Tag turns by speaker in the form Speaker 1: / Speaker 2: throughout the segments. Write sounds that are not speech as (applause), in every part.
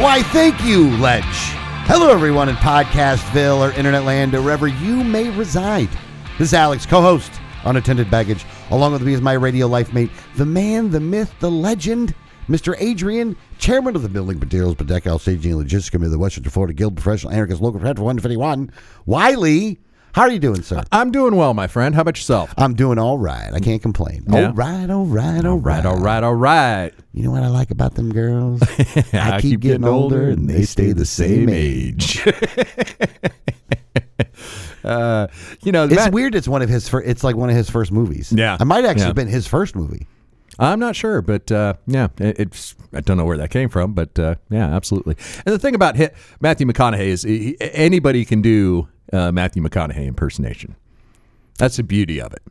Speaker 1: Why, thank you, Ledge. Hello, everyone in Podcastville or Internet Land or wherever you may reside. This is Alex, co host, Unattended Baggage. Along with me is my radio life mate, the man, the myth, the legend, Mr. Adrian, chairman of the Building Materials, Bedecal, Staging, and Logistics Committee of the Westchester Florida Guild, Professional Anarchist, Local Head for 151. Wiley, how are you doing, sir?
Speaker 2: I'm doing well, my friend. How about yourself?
Speaker 1: I'm doing all right. I can't complain.
Speaker 2: Yeah.
Speaker 1: All right, all right, all right,
Speaker 2: all right, all right.
Speaker 1: You know what I like about them girls? I,
Speaker 2: (laughs) I keep getting older, and they stay the same age. uh, you know,
Speaker 1: It's
Speaker 2: Matt-
Speaker 1: weird. It's one of his. Fir- it's like one of his first movies.
Speaker 2: Yeah.
Speaker 1: it might actually
Speaker 2: Yeah.
Speaker 1: have been his first movie.
Speaker 2: I'm not sure, but uh, yeah, it, it's I don't know where that came from, but uh, yeah, absolutely. And the thing about hit, Matthew McConaughey is he, he- anybody can do uh, Matthew McConaughey impersonation. That's the beauty of it.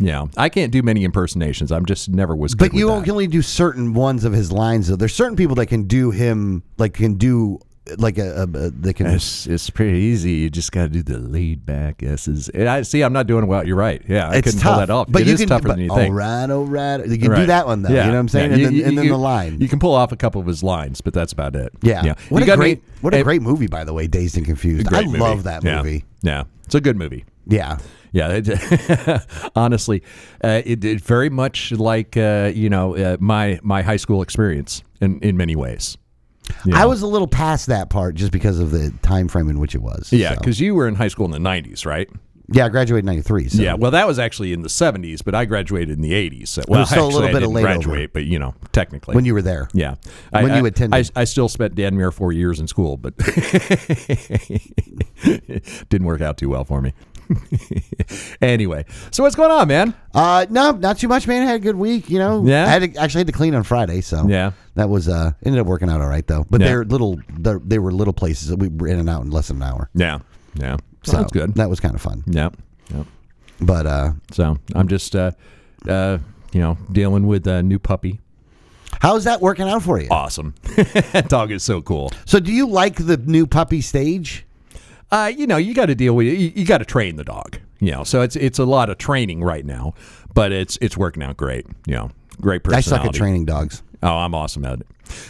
Speaker 2: Yeah, I can't do many impersonations. I'm just never was. Good
Speaker 1: But you
Speaker 2: with that.
Speaker 1: can only do certain ones of his lines. Though there's certain people that can do him. Like can do like a, a, a they can.
Speaker 2: It's, it's pretty easy. You just got to do the laid back S's. And I see. I'm not doing well. You're right. Yeah, I
Speaker 1: it's
Speaker 2: couldn't
Speaker 1: tough,
Speaker 2: pull that off.
Speaker 1: But
Speaker 2: It
Speaker 1: you
Speaker 2: is
Speaker 1: can,
Speaker 2: tougher
Speaker 1: but,
Speaker 2: than you
Speaker 1: all
Speaker 2: think.
Speaker 1: right, all right. You can do
Speaker 2: Right.
Speaker 1: that one though.
Speaker 2: Yeah.
Speaker 1: You know what I'm saying?
Speaker 2: Yeah,
Speaker 1: And
Speaker 2: you-
Speaker 1: then,
Speaker 2: you-
Speaker 1: and then
Speaker 2: you-
Speaker 1: the line.
Speaker 2: You can pull off a couple of his lines, but that's about it.
Speaker 1: yeah. What
Speaker 2: You
Speaker 1: a
Speaker 2: got
Speaker 1: great
Speaker 2: any-
Speaker 1: what a
Speaker 2: and-
Speaker 1: great movie by the way. Dazed and confused. I
Speaker 2: great movie.
Speaker 1: love that
Speaker 2: Yeah.
Speaker 1: movie.
Speaker 2: Yeah, it's a good movie.
Speaker 1: Yeah.
Speaker 2: Yeah, it, (laughs) honestly, uh, it, it very much like uh, you know uh, my my high school experience in in many ways. You
Speaker 1: I
Speaker 2: know?
Speaker 1: was a little past that part just because of the time frame in which it was.
Speaker 2: yeah,
Speaker 1: so.
Speaker 2: because you were in high school in the '90s, right?
Speaker 1: yeah, I graduated in '93. So.
Speaker 2: Yeah, well, that was actually in the '70s, but I graduated in the '80s. So, well,
Speaker 1: still a
Speaker 2: actually,
Speaker 1: little
Speaker 2: I
Speaker 1: bit of
Speaker 2: didn't
Speaker 1: layover.
Speaker 2: graduate, but you know, technically,
Speaker 1: when you were there.
Speaker 2: yeah,
Speaker 1: when
Speaker 2: I,
Speaker 1: you
Speaker 2: I-
Speaker 1: attended.
Speaker 2: I, I still spent damn near four years in school, but (laughs) didn't work out too well for me. (laughs) anyway, so what's going on, man?
Speaker 1: Uh, no, not too much, man. I had a good week, you know.
Speaker 2: Yeah?
Speaker 1: I had to, actually had to clean on Friday, so
Speaker 2: Yeah.
Speaker 1: that was uh ended up working out all right though. But
Speaker 2: Yeah.
Speaker 1: they're little, they're, they were little places that we were in and out in less than an hour.
Speaker 2: Yeah, yeah, so
Speaker 1: So
Speaker 2: that's good.
Speaker 1: That was kind of fun.
Speaker 2: Yeah, yeah.
Speaker 1: But uh,
Speaker 2: So I'm just, uh, uh, you know, dealing with a new puppy.
Speaker 1: how's that working out for you?
Speaker 2: Awesome, that (laughs) dog is so cool.
Speaker 1: So, do you like the new puppy stage?
Speaker 2: Uh, you know, you got to deal with you, you got to train the dog. You know, so it's it's a lot of training right now, but it's it's working out great. You know, great
Speaker 1: I
Speaker 2: personality.
Speaker 1: suck at training dogs.
Speaker 2: Oh, I'm awesome at it.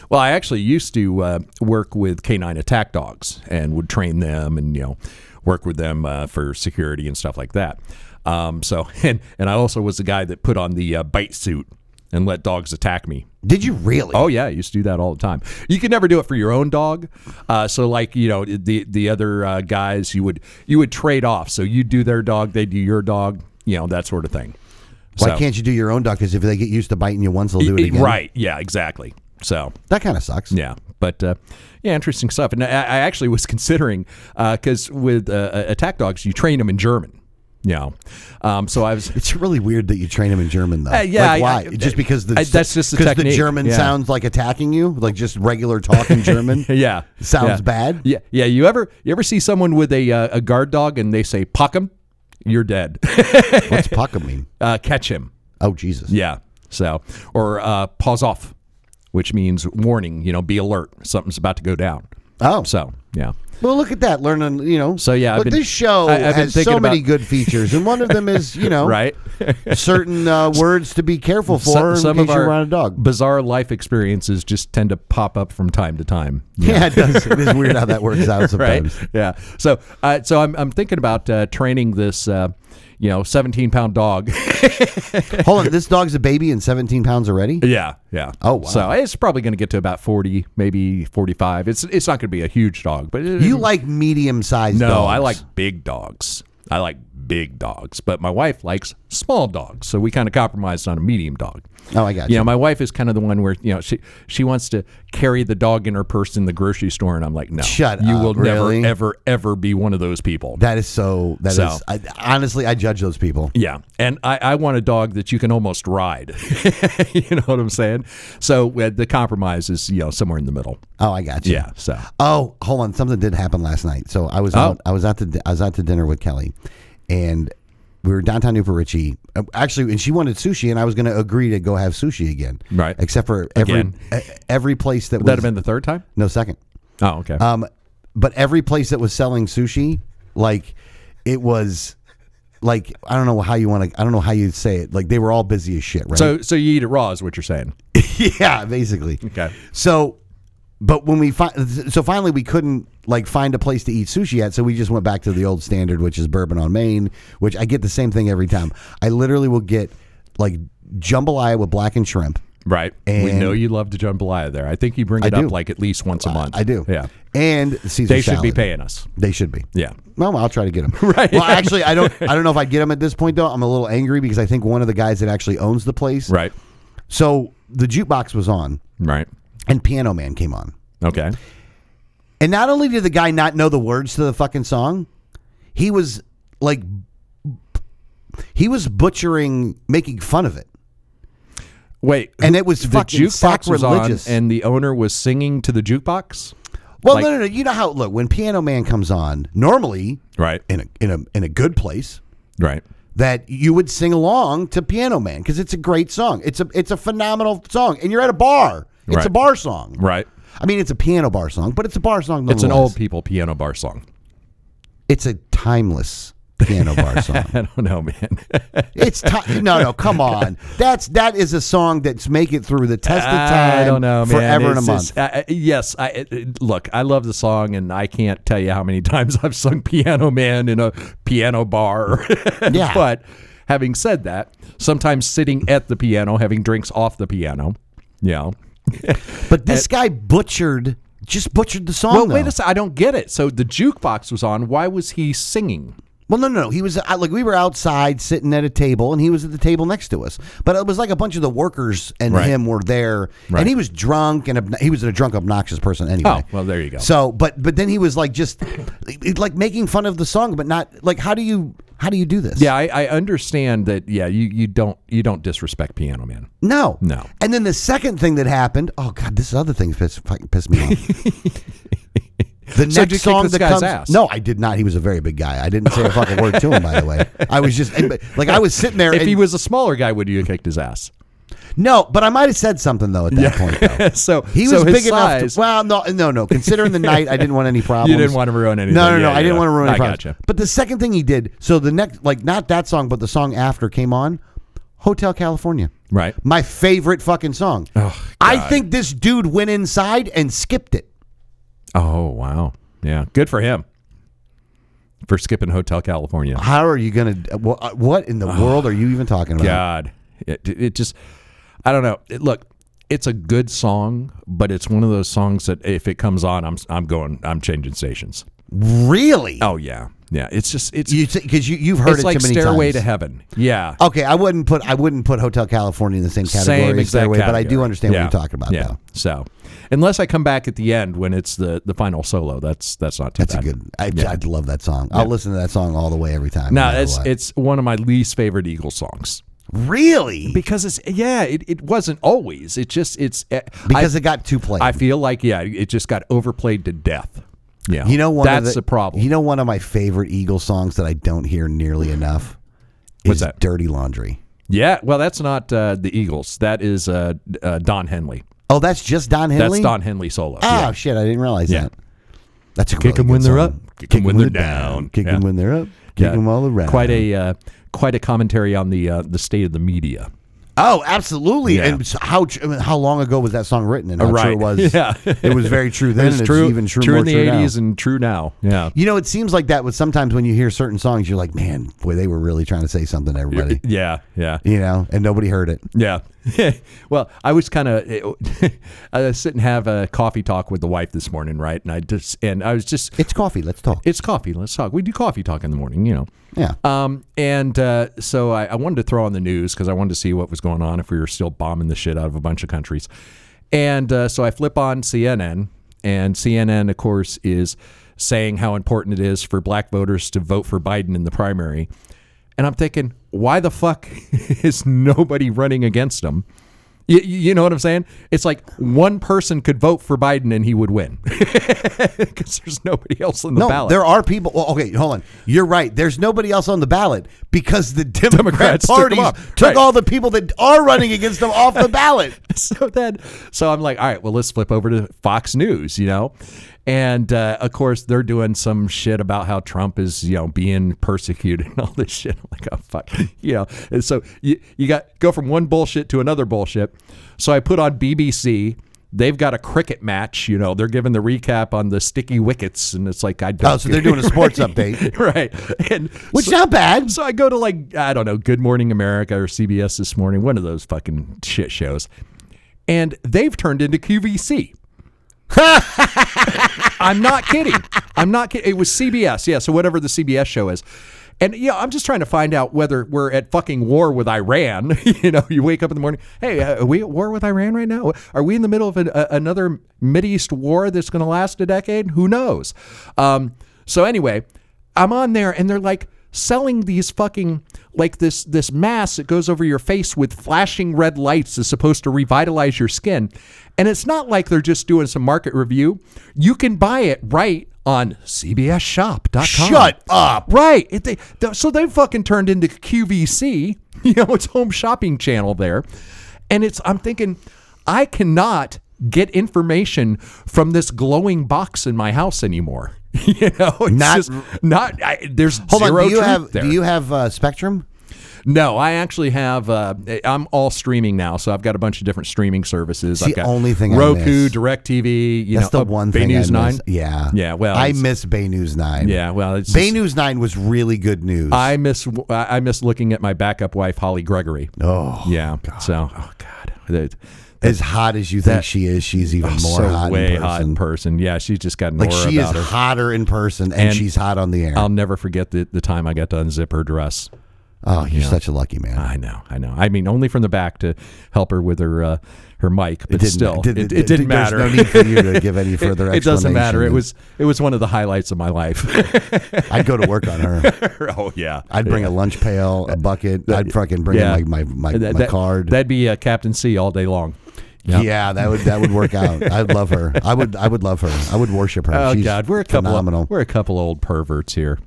Speaker 2: Well, I actually used to uh, work with canine attack dogs and would train them and you know work with them uh, for security and stuff like that. Um, so (laughs) and and I also was the guy that put on the uh, bite suit and let dogs attack me.
Speaker 1: Did you really?
Speaker 2: Oh yeah, I used to do that all the time. You could never do it for your own dog. Uh, so like you know the the other uh, guys, you would you would trade off. So you do their dog, they do your dog. You know that sort of thing.
Speaker 1: Why
Speaker 2: so- E,
Speaker 1: can't you do your own dog? Because if they get used to biting you once, they'll do it again.
Speaker 2: Right? Yeah, exactly. So
Speaker 1: That kind of sucks.
Speaker 2: Yeah, but uh, yeah, interesting stuff. And I, I actually was (laughs) considering because with uh, attack dogs, you train them in German. You know, um, so I was. (laughs)
Speaker 1: It's really weird that you train them in German, though.
Speaker 2: Uh, yeah,
Speaker 1: like,
Speaker 2: I-
Speaker 1: why?
Speaker 2: I-
Speaker 1: just because the
Speaker 2: I- that's just the
Speaker 1: 'cause
Speaker 2: technique,
Speaker 1: German
Speaker 2: yeah.
Speaker 1: sounds like attacking you, like just regular
Speaker 2: (laughs)
Speaker 1: talking German.
Speaker 2: Yeah,
Speaker 1: sounds
Speaker 2: yeah.
Speaker 1: bad.
Speaker 2: Yeah, yeah. You ever you ever see someone with a uh, a guard dog and they say "puck him," you're dead. (laughs)
Speaker 1: What's puck mean?
Speaker 2: uh, catch him.
Speaker 1: Oh Jesus!
Speaker 2: Yeah. So or uh, pause off, which means warning. You know, be alert. Something's about to go down.
Speaker 1: Oh,
Speaker 2: So yeah.
Speaker 1: well, look at that. Learning, you know.
Speaker 2: So, yeah, I've
Speaker 1: Look,
Speaker 2: been-
Speaker 1: this show
Speaker 2: I- I've been
Speaker 1: has so
Speaker 2: thinking
Speaker 1: many
Speaker 2: about-
Speaker 1: good features, and one of them is you know
Speaker 2: (laughs) Right.
Speaker 1: certain uh,
Speaker 2: (laughs)
Speaker 1: words to be careful for in case you run a dog.
Speaker 2: bizarre life experiences just tend to pop up from time
Speaker 1: (laughs)
Speaker 2: to time.
Speaker 1: Yeah. it does. It is weird how that works out
Speaker 2: (laughs) Right.
Speaker 1: sometimes.
Speaker 2: Yeah. So, uh, so I'm, I'm thinking about uh, training this, uh, you know, 17 pound dog.
Speaker 1: Hold on, this dog's a baby and 17 pounds
Speaker 2: (laughs)
Speaker 1: already.
Speaker 2: (laughs) yeah. Yeah.
Speaker 1: Oh, wow.
Speaker 2: So it's probably going to get to about 40, maybe 45. It's it's not going to be a huge dog, but it-
Speaker 1: You like medium-sized?
Speaker 2: no,
Speaker 1: dogs.
Speaker 2: I like big dogs. I like big dogs, but my wife likes small dogs. So we kind of compromised on a medium dog.
Speaker 1: Oh, I got
Speaker 2: You
Speaker 1: you.
Speaker 2: know, my wife is kind of the one where you know she she wants to carry the dog in her purse in the grocery store, and I'm like, no,
Speaker 1: Shut
Speaker 2: you
Speaker 1: up,
Speaker 2: will
Speaker 1: really?
Speaker 2: never, ever, ever be one of those people.
Speaker 1: That is so. That is
Speaker 2: So.
Speaker 1: I, honestly, I judge those people.
Speaker 2: Yeah, and I, I want a dog that you can almost ride. (laughs) you know what I'm saying? So uh, the compromise is you know somewhere in the middle.
Speaker 1: Oh, I got you.
Speaker 2: Yeah. Oh. So
Speaker 1: Oh, hold on. Something did happen last night. So I was out. I was out to. di- I was out to dinner with Kelly, and we were downtown Newport Richie. Uh, Actually, and she wanted sushi, and I was going to agree to go have sushi again.
Speaker 2: Right.
Speaker 1: Except for every
Speaker 2: Again.
Speaker 1: e- every place that
Speaker 2: that
Speaker 1: was
Speaker 2: have been the third time.
Speaker 1: no second.
Speaker 2: Oh, okay.
Speaker 1: Um, but every place that was selling sushi, like it was, like I don't know how you want to. I don't know how you say it. Like they were all busy as shit, right?
Speaker 2: so so you eat it raw is what you're saying?
Speaker 1: (laughs) yeah, basically. (laughs)
Speaker 2: Okay.
Speaker 1: So, but when we fi- so finally we couldn't like find a place to eat sushi at, so we just went back to the old standard, which is Bourbon on Main, which I get the same thing every time. I literally will get like jambalaya with blackened shrimp.
Speaker 2: Right. we
Speaker 1: And-
Speaker 2: know you love the jambalaya there. I think you bring it
Speaker 1: do.
Speaker 2: up like at least once a month.
Speaker 1: I do.
Speaker 2: Yeah.
Speaker 1: and Caesar
Speaker 2: They should be
Speaker 1: salad.
Speaker 2: paying us.
Speaker 1: They should be.
Speaker 2: Yeah.
Speaker 1: Well, I'll try to get him.
Speaker 2: (laughs) Right.
Speaker 1: Well, actually, I don't. I don't know if I'd get him at this point though. I'm a little angry because I think one of the guys that actually owns the place.
Speaker 2: Right.
Speaker 1: So the jukebox was on,
Speaker 2: Right.
Speaker 1: and Piano Man came on.
Speaker 2: Okay.
Speaker 1: And not only did the guy not know the words to the fucking song, he was like, he was butchering, making fun of it.
Speaker 2: Wait.
Speaker 1: And it was
Speaker 2: the
Speaker 1: fucking
Speaker 2: jukebox was on,
Speaker 1: sacrilegious.
Speaker 2: and the owner was singing to the jukebox.
Speaker 1: Well,
Speaker 2: Like-
Speaker 1: no, no, no. You know how look when Piano Man comes on normally
Speaker 2: Right.
Speaker 1: in a in a in a good place
Speaker 2: Right.
Speaker 1: that you would sing along to Piano Man because it's a great song. It's a it's a phenomenal song, and you're at a bar. It's a
Speaker 2: Right.
Speaker 1: bar song.
Speaker 2: Right.
Speaker 1: I mean, it's a piano bar song, but it's a bar song.
Speaker 2: It's an
Speaker 1: nonetheless.
Speaker 2: old people piano bar song.
Speaker 1: It's a timeless piano bar song.
Speaker 2: (laughs) I don't know, man.
Speaker 1: It's ti no, no. Come on, that's that is a song that's make it through the test of time.
Speaker 2: I don't know, man.
Speaker 1: Forever and a
Speaker 2: It's
Speaker 1: month.
Speaker 2: just- I- I- yes, I it- it- look. I love the song, and I can't tell you how many (laughs) times I've sung "Piano Man" in a piano bar. (laughs)
Speaker 1: Yeah.
Speaker 2: But having said that, sometimes sitting at the piano, having drinks off the piano. Yeah.
Speaker 1: But this guy butchered, just butchered the song.
Speaker 2: Well, wait
Speaker 1: though.
Speaker 2: a second. I don't get it. So the jukebox was on. Why was he singing?
Speaker 1: Well, no, no, no. He was I- like we were outside sitting at a table, and he was at the table next to us. But it was like a bunch of the workers and
Speaker 2: Right.
Speaker 1: him were there,
Speaker 2: Right.
Speaker 1: and he was drunk and obno- he was a drunk, obnoxious person anyway.
Speaker 2: Oh, well, there you go.
Speaker 1: So, but but then he was like just like making fun of the song, but not like how do you how do you do this?
Speaker 2: Yeah, I, I understand that. Yeah, you, you don't you don't disrespect Piano Man.
Speaker 1: No.
Speaker 2: No.
Speaker 1: And then the second thing that happened, oh god, this other thing piss, fucking pissed me
Speaker 2: (laughs)
Speaker 1: off. The
Speaker 2: So did you
Speaker 1: next
Speaker 2: kick
Speaker 1: song
Speaker 2: this
Speaker 1: that
Speaker 2: guy's
Speaker 1: comes,
Speaker 2: ass?
Speaker 1: no, I did not. He was a very big guy. I didn't say a fucking word to him, by the way. I was just and- like, I was sitting there.
Speaker 2: If
Speaker 1: and,
Speaker 2: he was a smaller guy, would you have kicked his ass? (laughs)
Speaker 1: no, but I might have said something though at that point. Though
Speaker 2: so
Speaker 1: he
Speaker 2: so
Speaker 1: was
Speaker 2: his
Speaker 1: big enough.
Speaker 2: size-
Speaker 1: To, well, no, no, no. Considering the night, I didn't want
Speaker 2: (laughs)
Speaker 1: any problems.
Speaker 2: want to ruin anything.
Speaker 1: No, no, no.
Speaker 2: Yeah,
Speaker 1: I didn't
Speaker 2: yeah.
Speaker 1: want to ruin
Speaker 2: I
Speaker 1: any problems.
Speaker 2: gotcha.
Speaker 1: But the second thing he did, so the next, like, not that song, but the song after came on, Hotel California.
Speaker 2: Right.
Speaker 1: My favorite fucking song.
Speaker 2: Oh,
Speaker 1: I think this dude went inside and skipped it.
Speaker 2: Oh wow. Yeah. Good for him. For skipping Hotel California.
Speaker 1: How are you going
Speaker 2: uh,
Speaker 1: to, what in the world are you even talking about?
Speaker 2: God. It, it just I don't know. It, look, it's a good song, but it's one of those songs that if it comes on, I'm I'm going I'm changing stations.
Speaker 1: Really?
Speaker 2: Oh yeah. Yeah. It's just it's
Speaker 1: You Because you, you've heard
Speaker 2: it's
Speaker 1: it
Speaker 2: like
Speaker 1: too many
Speaker 2: Stairway
Speaker 1: times.
Speaker 2: to Heaven. Yeah.
Speaker 1: Okay, I wouldn't put I wouldn't put Hotel California in the same category
Speaker 2: Same
Speaker 1: as
Speaker 2: exact
Speaker 1: Stairway, but I do
Speaker 2: category.
Speaker 1: understand
Speaker 2: Yeah.
Speaker 1: what you're talking about.
Speaker 2: Yeah.
Speaker 1: Though
Speaker 2: So, unless I come back at the end when it's the the final solo, that's that's not too
Speaker 1: that's a
Speaker 2: bad.
Speaker 1: good. I, I'd love that song. I'll listen to that song all the way every time.
Speaker 2: No,
Speaker 1: matter
Speaker 2: it's
Speaker 1: what.
Speaker 2: it's one of my least favorite Eagles songs.
Speaker 1: really
Speaker 2: because it's yeah it, it wasn't always it just it's eh,
Speaker 1: because
Speaker 2: I,
Speaker 1: it got too played.
Speaker 2: I feel like yeah it just got overplayed to death yeah
Speaker 1: You know, one
Speaker 2: that's
Speaker 1: of the,
Speaker 2: problem
Speaker 1: You know, one of my favorite Eagle songs that I don't hear nearly enough is
Speaker 2: What's that?
Speaker 1: "Dirty Laundry."
Speaker 2: yeah well that's not uh, the Eagles that is uh, uh, Don Henley
Speaker 1: Oh, that's just Don Henley.
Speaker 2: that's Don Henley solo
Speaker 1: Oh
Speaker 2: yeah.
Speaker 1: shit, I didn't realize
Speaker 2: Yeah.
Speaker 1: that. That's a
Speaker 2: Kick 'em when they're up, kick 'em when they're down.
Speaker 1: kick 'em
Speaker 2: Yeah.
Speaker 1: when they're up, kick 'em all around.
Speaker 2: quite a uh, quite a commentary on the uh, the state of the media
Speaker 1: oh, absolutely.
Speaker 2: Yeah.
Speaker 1: And so how tr- I mean, how long ago was that song written? And how true
Speaker 2: Right.
Speaker 1: it was.
Speaker 2: (laughs) Yeah.
Speaker 1: it was very true then.
Speaker 2: It's
Speaker 1: and
Speaker 2: true
Speaker 1: It's even true,
Speaker 2: true
Speaker 1: more
Speaker 2: in the
Speaker 1: true now.
Speaker 2: 80s and true now yeah
Speaker 1: You know, it seems like that. With sometimes when you hear certain songs,
Speaker 2: (laughs)
Speaker 1: you're like, man, boy, they were really trying to say something to everybody.
Speaker 2: yeah yeah
Speaker 1: You know, and nobody heard it.
Speaker 2: yeah (laughs) well, I was kind of (laughs) I was sit and have a coffee talk with the wife this morning, right? And I just and I was just
Speaker 1: It's coffee. Let's talk.
Speaker 2: it's coffee. Let's talk. We do coffee talk in the morning, you know.
Speaker 1: yeah.
Speaker 2: Um, and uh, so I, I wanted to throw on the news because I wanted to see what was going on if we were still bombing the shit out of a bunch of countries. And uh, so I flip on CNN, and CNN, of course, is saying how important it is for black voters to vote for Biden in the primary. And I'm thinking, why the fuck (laughs) is nobody running against him? You, you know what I'm saying? It's like one person could vote for Biden and he would win (laughs) because there's nobody else on the
Speaker 1: No,
Speaker 2: ballot.
Speaker 1: there are people. Well, okay, hold on. You're right. There's nobody else on the ballot because the (laughs) Democrat
Speaker 2: Democrats took
Speaker 1: parties
Speaker 2: them
Speaker 1: took,
Speaker 2: off. Right.
Speaker 1: all the people that are running against them off the
Speaker 2: (laughs)
Speaker 1: ballot.
Speaker 2: so then, so I'm like, all right, well, let's flip over to Fox News, you know, and uh, of course they're doing some shit about how Trump is, you know, being persecuted and (laughs) all this shit. I'm like, oh fuck, (laughs) you know. And so you you got go from one bullshit to another bullshit. So I put on BBC. They've got a cricket match, you know. They're giving the recap on the sticky wickets, and it's like I don't.
Speaker 1: Oh, so they're doing a sports update,
Speaker 2: (laughs) right, and
Speaker 1: which is not bad.
Speaker 2: so I go to like I don't know, Good Morning America or CBS this morning, one of those fucking shit shows, and they've turned
Speaker 1: (laughs)
Speaker 2: into QVC. I'm not kidding. I'm not kidding. It was CBS, yeah. So whatever the CBS show is. And yeah, I'm just trying to find out whether we're at fucking war with Iran. (laughs) you know, you wake up in the morning, hey, uh, are we at war with Iran right now? Are we in the middle of an, a, another Mideast war that's going to last a decade? Who knows? Um, so anyway, I'm on there and they're like selling these fucking like this this mask that goes over your face with flashing red lights is supposed to revitalize your skin. And it's not like they're just doing some market review. You can buy it right on cbsshop.com.
Speaker 1: Shut
Speaker 2: Oh.
Speaker 1: up.
Speaker 2: Right. It, they, th- so they fucking turned into QVC. (laughs) You know, it's home shopping channel there. And it's I'm thinking I cannot get information from this glowing box in my house anymore. (laughs) You know, it's
Speaker 1: Not-
Speaker 2: just not I, there's
Speaker 1: Hold
Speaker 2: zero
Speaker 1: on. Do you
Speaker 2: truth
Speaker 1: have
Speaker 2: there.
Speaker 1: do you have uh, Spectrum?
Speaker 2: no, I actually have. Uh, I'm all streaming now, so I've got a bunch of different streaming services. I've
Speaker 1: the
Speaker 2: got
Speaker 1: only thing I
Speaker 2: Roku,
Speaker 1: miss.
Speaker 2: DirecTV. You
Speaker 1: That's
Speaker 2: know,
Speaker 1: the one
Speaker 2: uh, Bay
Speaker 1: thing
Speaker 2: News
Speaker 1: I
Speaker 2: Nine.
Speaker 1: miss. Yeah.
Speaker 2: Yeah, well,
Speaker 1: I
Speaker 2: it's-
Speaker 1: miss Bay News Nine.
Speaker 2: Yeah, well, it's
Speaker 1: Bay
Speaker 2: just-
Speaker 1: News Nine was really good news.
Speaker 2: I miss I miss looking at my backup wife Holly Gregory.
Speaker 1: oh,
Speaker 2: Yeah. So, oh god, That-
Speaker 1: as hot as you think she is, she's even more
Speaker 2: Oh, so
Speaker 1: hot
Speaker 2: way
Speaker 1: in
Speaker 2: hot in
Speaker 1: person.
Speaker 2: person. Yeah, she's just got an
Speaker 1: like
Speaker 2: aura
Speaker 1: she is
Speaker 2: about her.
Speaker 1: hotter in person, and,
Speaker 2: And um,
Speaker 1: she's hot on the air.
Speaker 2: I'll never forget the, the time I got to unzip her dress.
Speaker 1: oh, you're such a lucky man.
Speaker 2: I know, I know. I mean, only from the back to help her with her uh, her mic, but still,
Speaker 1: did-
Speaker 2: it,
Speaker 1: did-
Speaker 2: it didn't
Speaker 1: there's
Speaker 2: matter.
Speaker 1: No
Speaker 2: (laughs)
Speaker 1: need for you to give any further.
Speaker 2: it doesn't matter. It
Speaker 1: explanation.
Speaker 2: was it was one of the highlights of my life.
Speaker 1: (laughs)
Speaker 2: (laughs)
Speaker 1: I'd go to work on her.
Speaker 2: oh yeah,
Speaker 1: I'd bring a lunch pail, a bucket. I'd fucking bring
Speaker 2: yeah.
Speaker 1: in my my, my,
Speaker 2: That-
Speaker 1: my
Speaker 2: that-
Speaker 1: card.
Speaker 2: That'd be uh, Captain C all day long. Yep.
Speaker 1: Yeah, that would that would work out. I'd love her. I would I would love her. I would worship her.
Speaker 2: Oh
Speaker 1: She's
Speaker 2: God, we're a couple.
Speaker 1: phenomenal.
Speaker 2: Of, we're a couple old perverts here,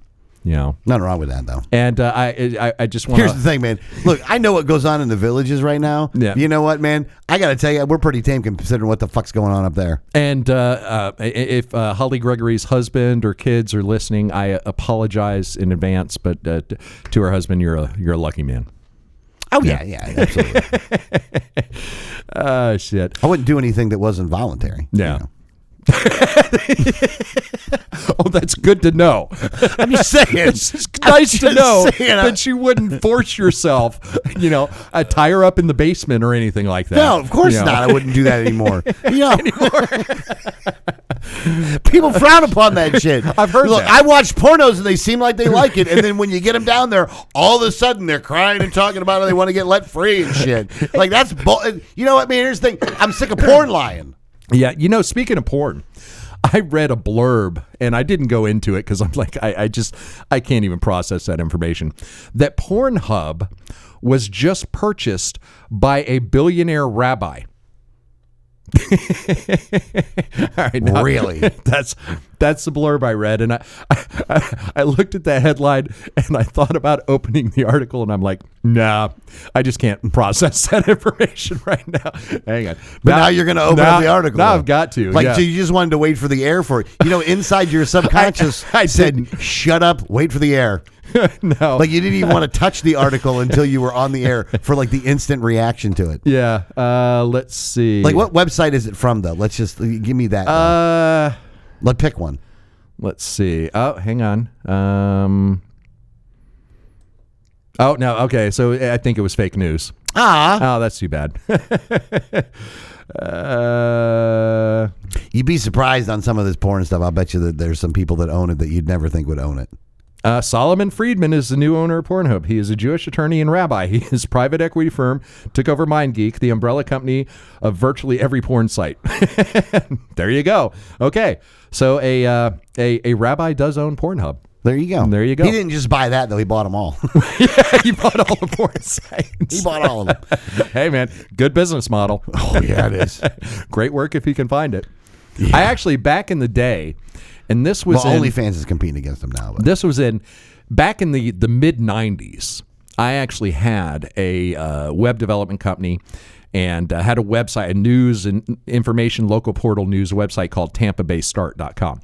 Speaker 2: you know.
Speaker 1: Nothing wrong with that though.
Speaker 2: And uh, I, I I just want
Speaker 1: Here's
Speaker 2: to
Speaker 1: the thing, man. Look, I know what goes on in the villages right now.
Speaker 2: Yeah.
Speaker 1: You know what, man? I got to tell you, we're pretty tame considering what the fuck's going on up there.
Speaker 2: And uh, uh, i- if uh, Holly Gregory's husband or kids are listening, I apologize in advance. But uh, t- to her husband, you're a you're a lucky man.
Speaker 1: Oh yeah, yeah, absolutely.
Speaker 2: Oh shit!
Speaker 1: I wouldn't do anything that wasn't voluntary. you
Speaker 2: Yeah.
Speaker 1: know.
Speaker 2: (laughs) oh, that's good to know.
Speaker 1: I'm just
Speaker 2: (laughs)
Speaker 1: saying.
Speaker 2: It's just nice to
Speaker 1: just
Speaker 2: know
Speaker 1: saying, I-
Speaker 2: that you wouldn't force yourself, you know, uh, tie her up in the basement or anything like that.
Speaker 1: No, of course
Speaker 2: You know? (laughs)
Speaker 1: not. I wouldn't do that anymore. You know. People frown upon
Speaker 2: (laughs)
Speaker 1: that shit.
Speaker 2: I've heard
Speaker 1: Look,
Speaker 2: that.
Speaker 1: I watch pornos and they seem like they like it, and then when you get them down there, all of a sudden they're crying and talking about how they want to get let free and shit. Like that's bull. You know what? I mean, here's the thing. I'm sick of porn lying.
Speaker 2: Yeah, you know, speaking of porn, (laughs) I read a blurb and I didn't go into it because I'm (laughs) like, I, I just, I can't even process that information. That Pornhub was just purchased by a billionaire rabbi. (laughs) All right, now-
Speaker 1: Really?
Speaker 2: (laughs) That's that's the blurb I read, and I, (laughs) I I looked at that headline and I thought about opening the article, and I'm like, nah, I just can't (laughs) process that information right now. Hang on,
Speaker 1: But now, you're going to open
Speaker 2: now-
Speaker 1: up the article.
Speaker 2: Now I've got to.
Speaker 1: Like,
Speaker 2: yeah.
Speaker 1: so you just wanted to wait for the air for it. You know, inside your subconscious
Speaker 2: (laughs) I
Speaker 1: said,
Speaker 2: didn't.
Speaker 1: shut up, wait for the air.
Speaker 2: (laughs) no.
Speaker 1: Like, you didn't even want to touch the article until you were on the air for like the instant reaction to it.
Speaker 2: (laughs) yeah. Uh, let's see.
Speaker 1: Like, what website is it from, though? Let's just give me that. one.
Speaker 2: Uh,
Speaker 1: Let pick one.
Speaker 2: let's see. Oh, hang on. Um, Oh no, okay. So I think it was fake news.
Speaker 1: Ah,
Speaker 2: Oh, that's too bad. (laughs) uh,
Speaker 1: you'd be surprised on some of this porn stuff. I'll bet you that there's some people that own it that you'd never think would own it.
Speaker 2: uh, Solomon Friedman is the new owner of Pornhub. He is a Jewish attorney and rabbi. (laughs) He, his private equity firm took over MindGeek, the umbrella company of virtually every porn site. (laughs) there you go. Okay, so a uh, a a rabbi does own Pornhub. (laughs)
Speaker 1: There you go.
Speaker 2: There you go.
Speaker 1: He didn't just buy that though. He bought them all. (laughs)
Speaker 2: he bought all the porn (laughs)
Speaker 1: he
Speaker 2: sites.
Speaker 1: bought all
Speaker 2: (laughs)
Speaker 1: of them.
Speaker 2: hey man, good business model. (laughs)
Speaker 1: Oh yeah, it is.
Speaker 2: Great work if you can find it. I actually back in the day, and this was
Speaker 1: Well,
Speaker 2: in,
Speaker 1: OnlyFans is competing against them now. But.
Speaker 2: this was in back in the the mid '90s. I actually had a uh, web development company and uh, had a website, a news and information local portal news website called TampaBayStart.com,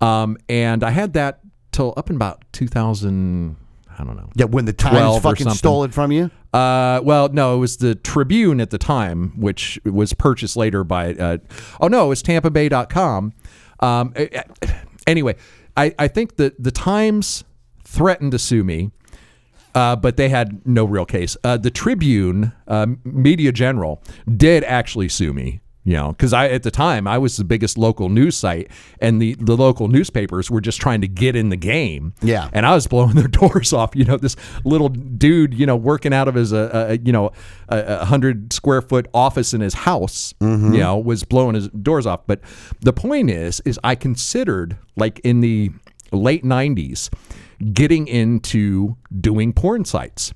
Speaker 2: um, and I had that till up in about 2000. I don't know.
Speaker 1: Yeah, when the
Speaker 2: 12
Speaker 1: Times
Speaker 2: or
Speaker 1: fucking
Speaker 2: something.
Speaker 1: stole it from you.
Speaker 2: Uh, well, no, it was the Tribune at the time, which was purchased later by, uh, oh no, it was TampaBay.com. Um, eh, eh, anyway, I, I think that the Times threatened to sue me, uh, but they had no real case. Uh, the Tribune, uh, Media General, did actually sue me. You know, because I at the time I was the biggest local news site, and the the local newspapers were just trying to get in the game.
Speaker 1: Yeah.
Speaker 2: And I was blowing (laughs) their doors off. You know, this little dude, you know, working out of his, uh, uh, you know, a a hundred square foot office in his house, you know, was blowing his doors off. But the point is, is I considered like in the late '90s, getting into doing porn sites.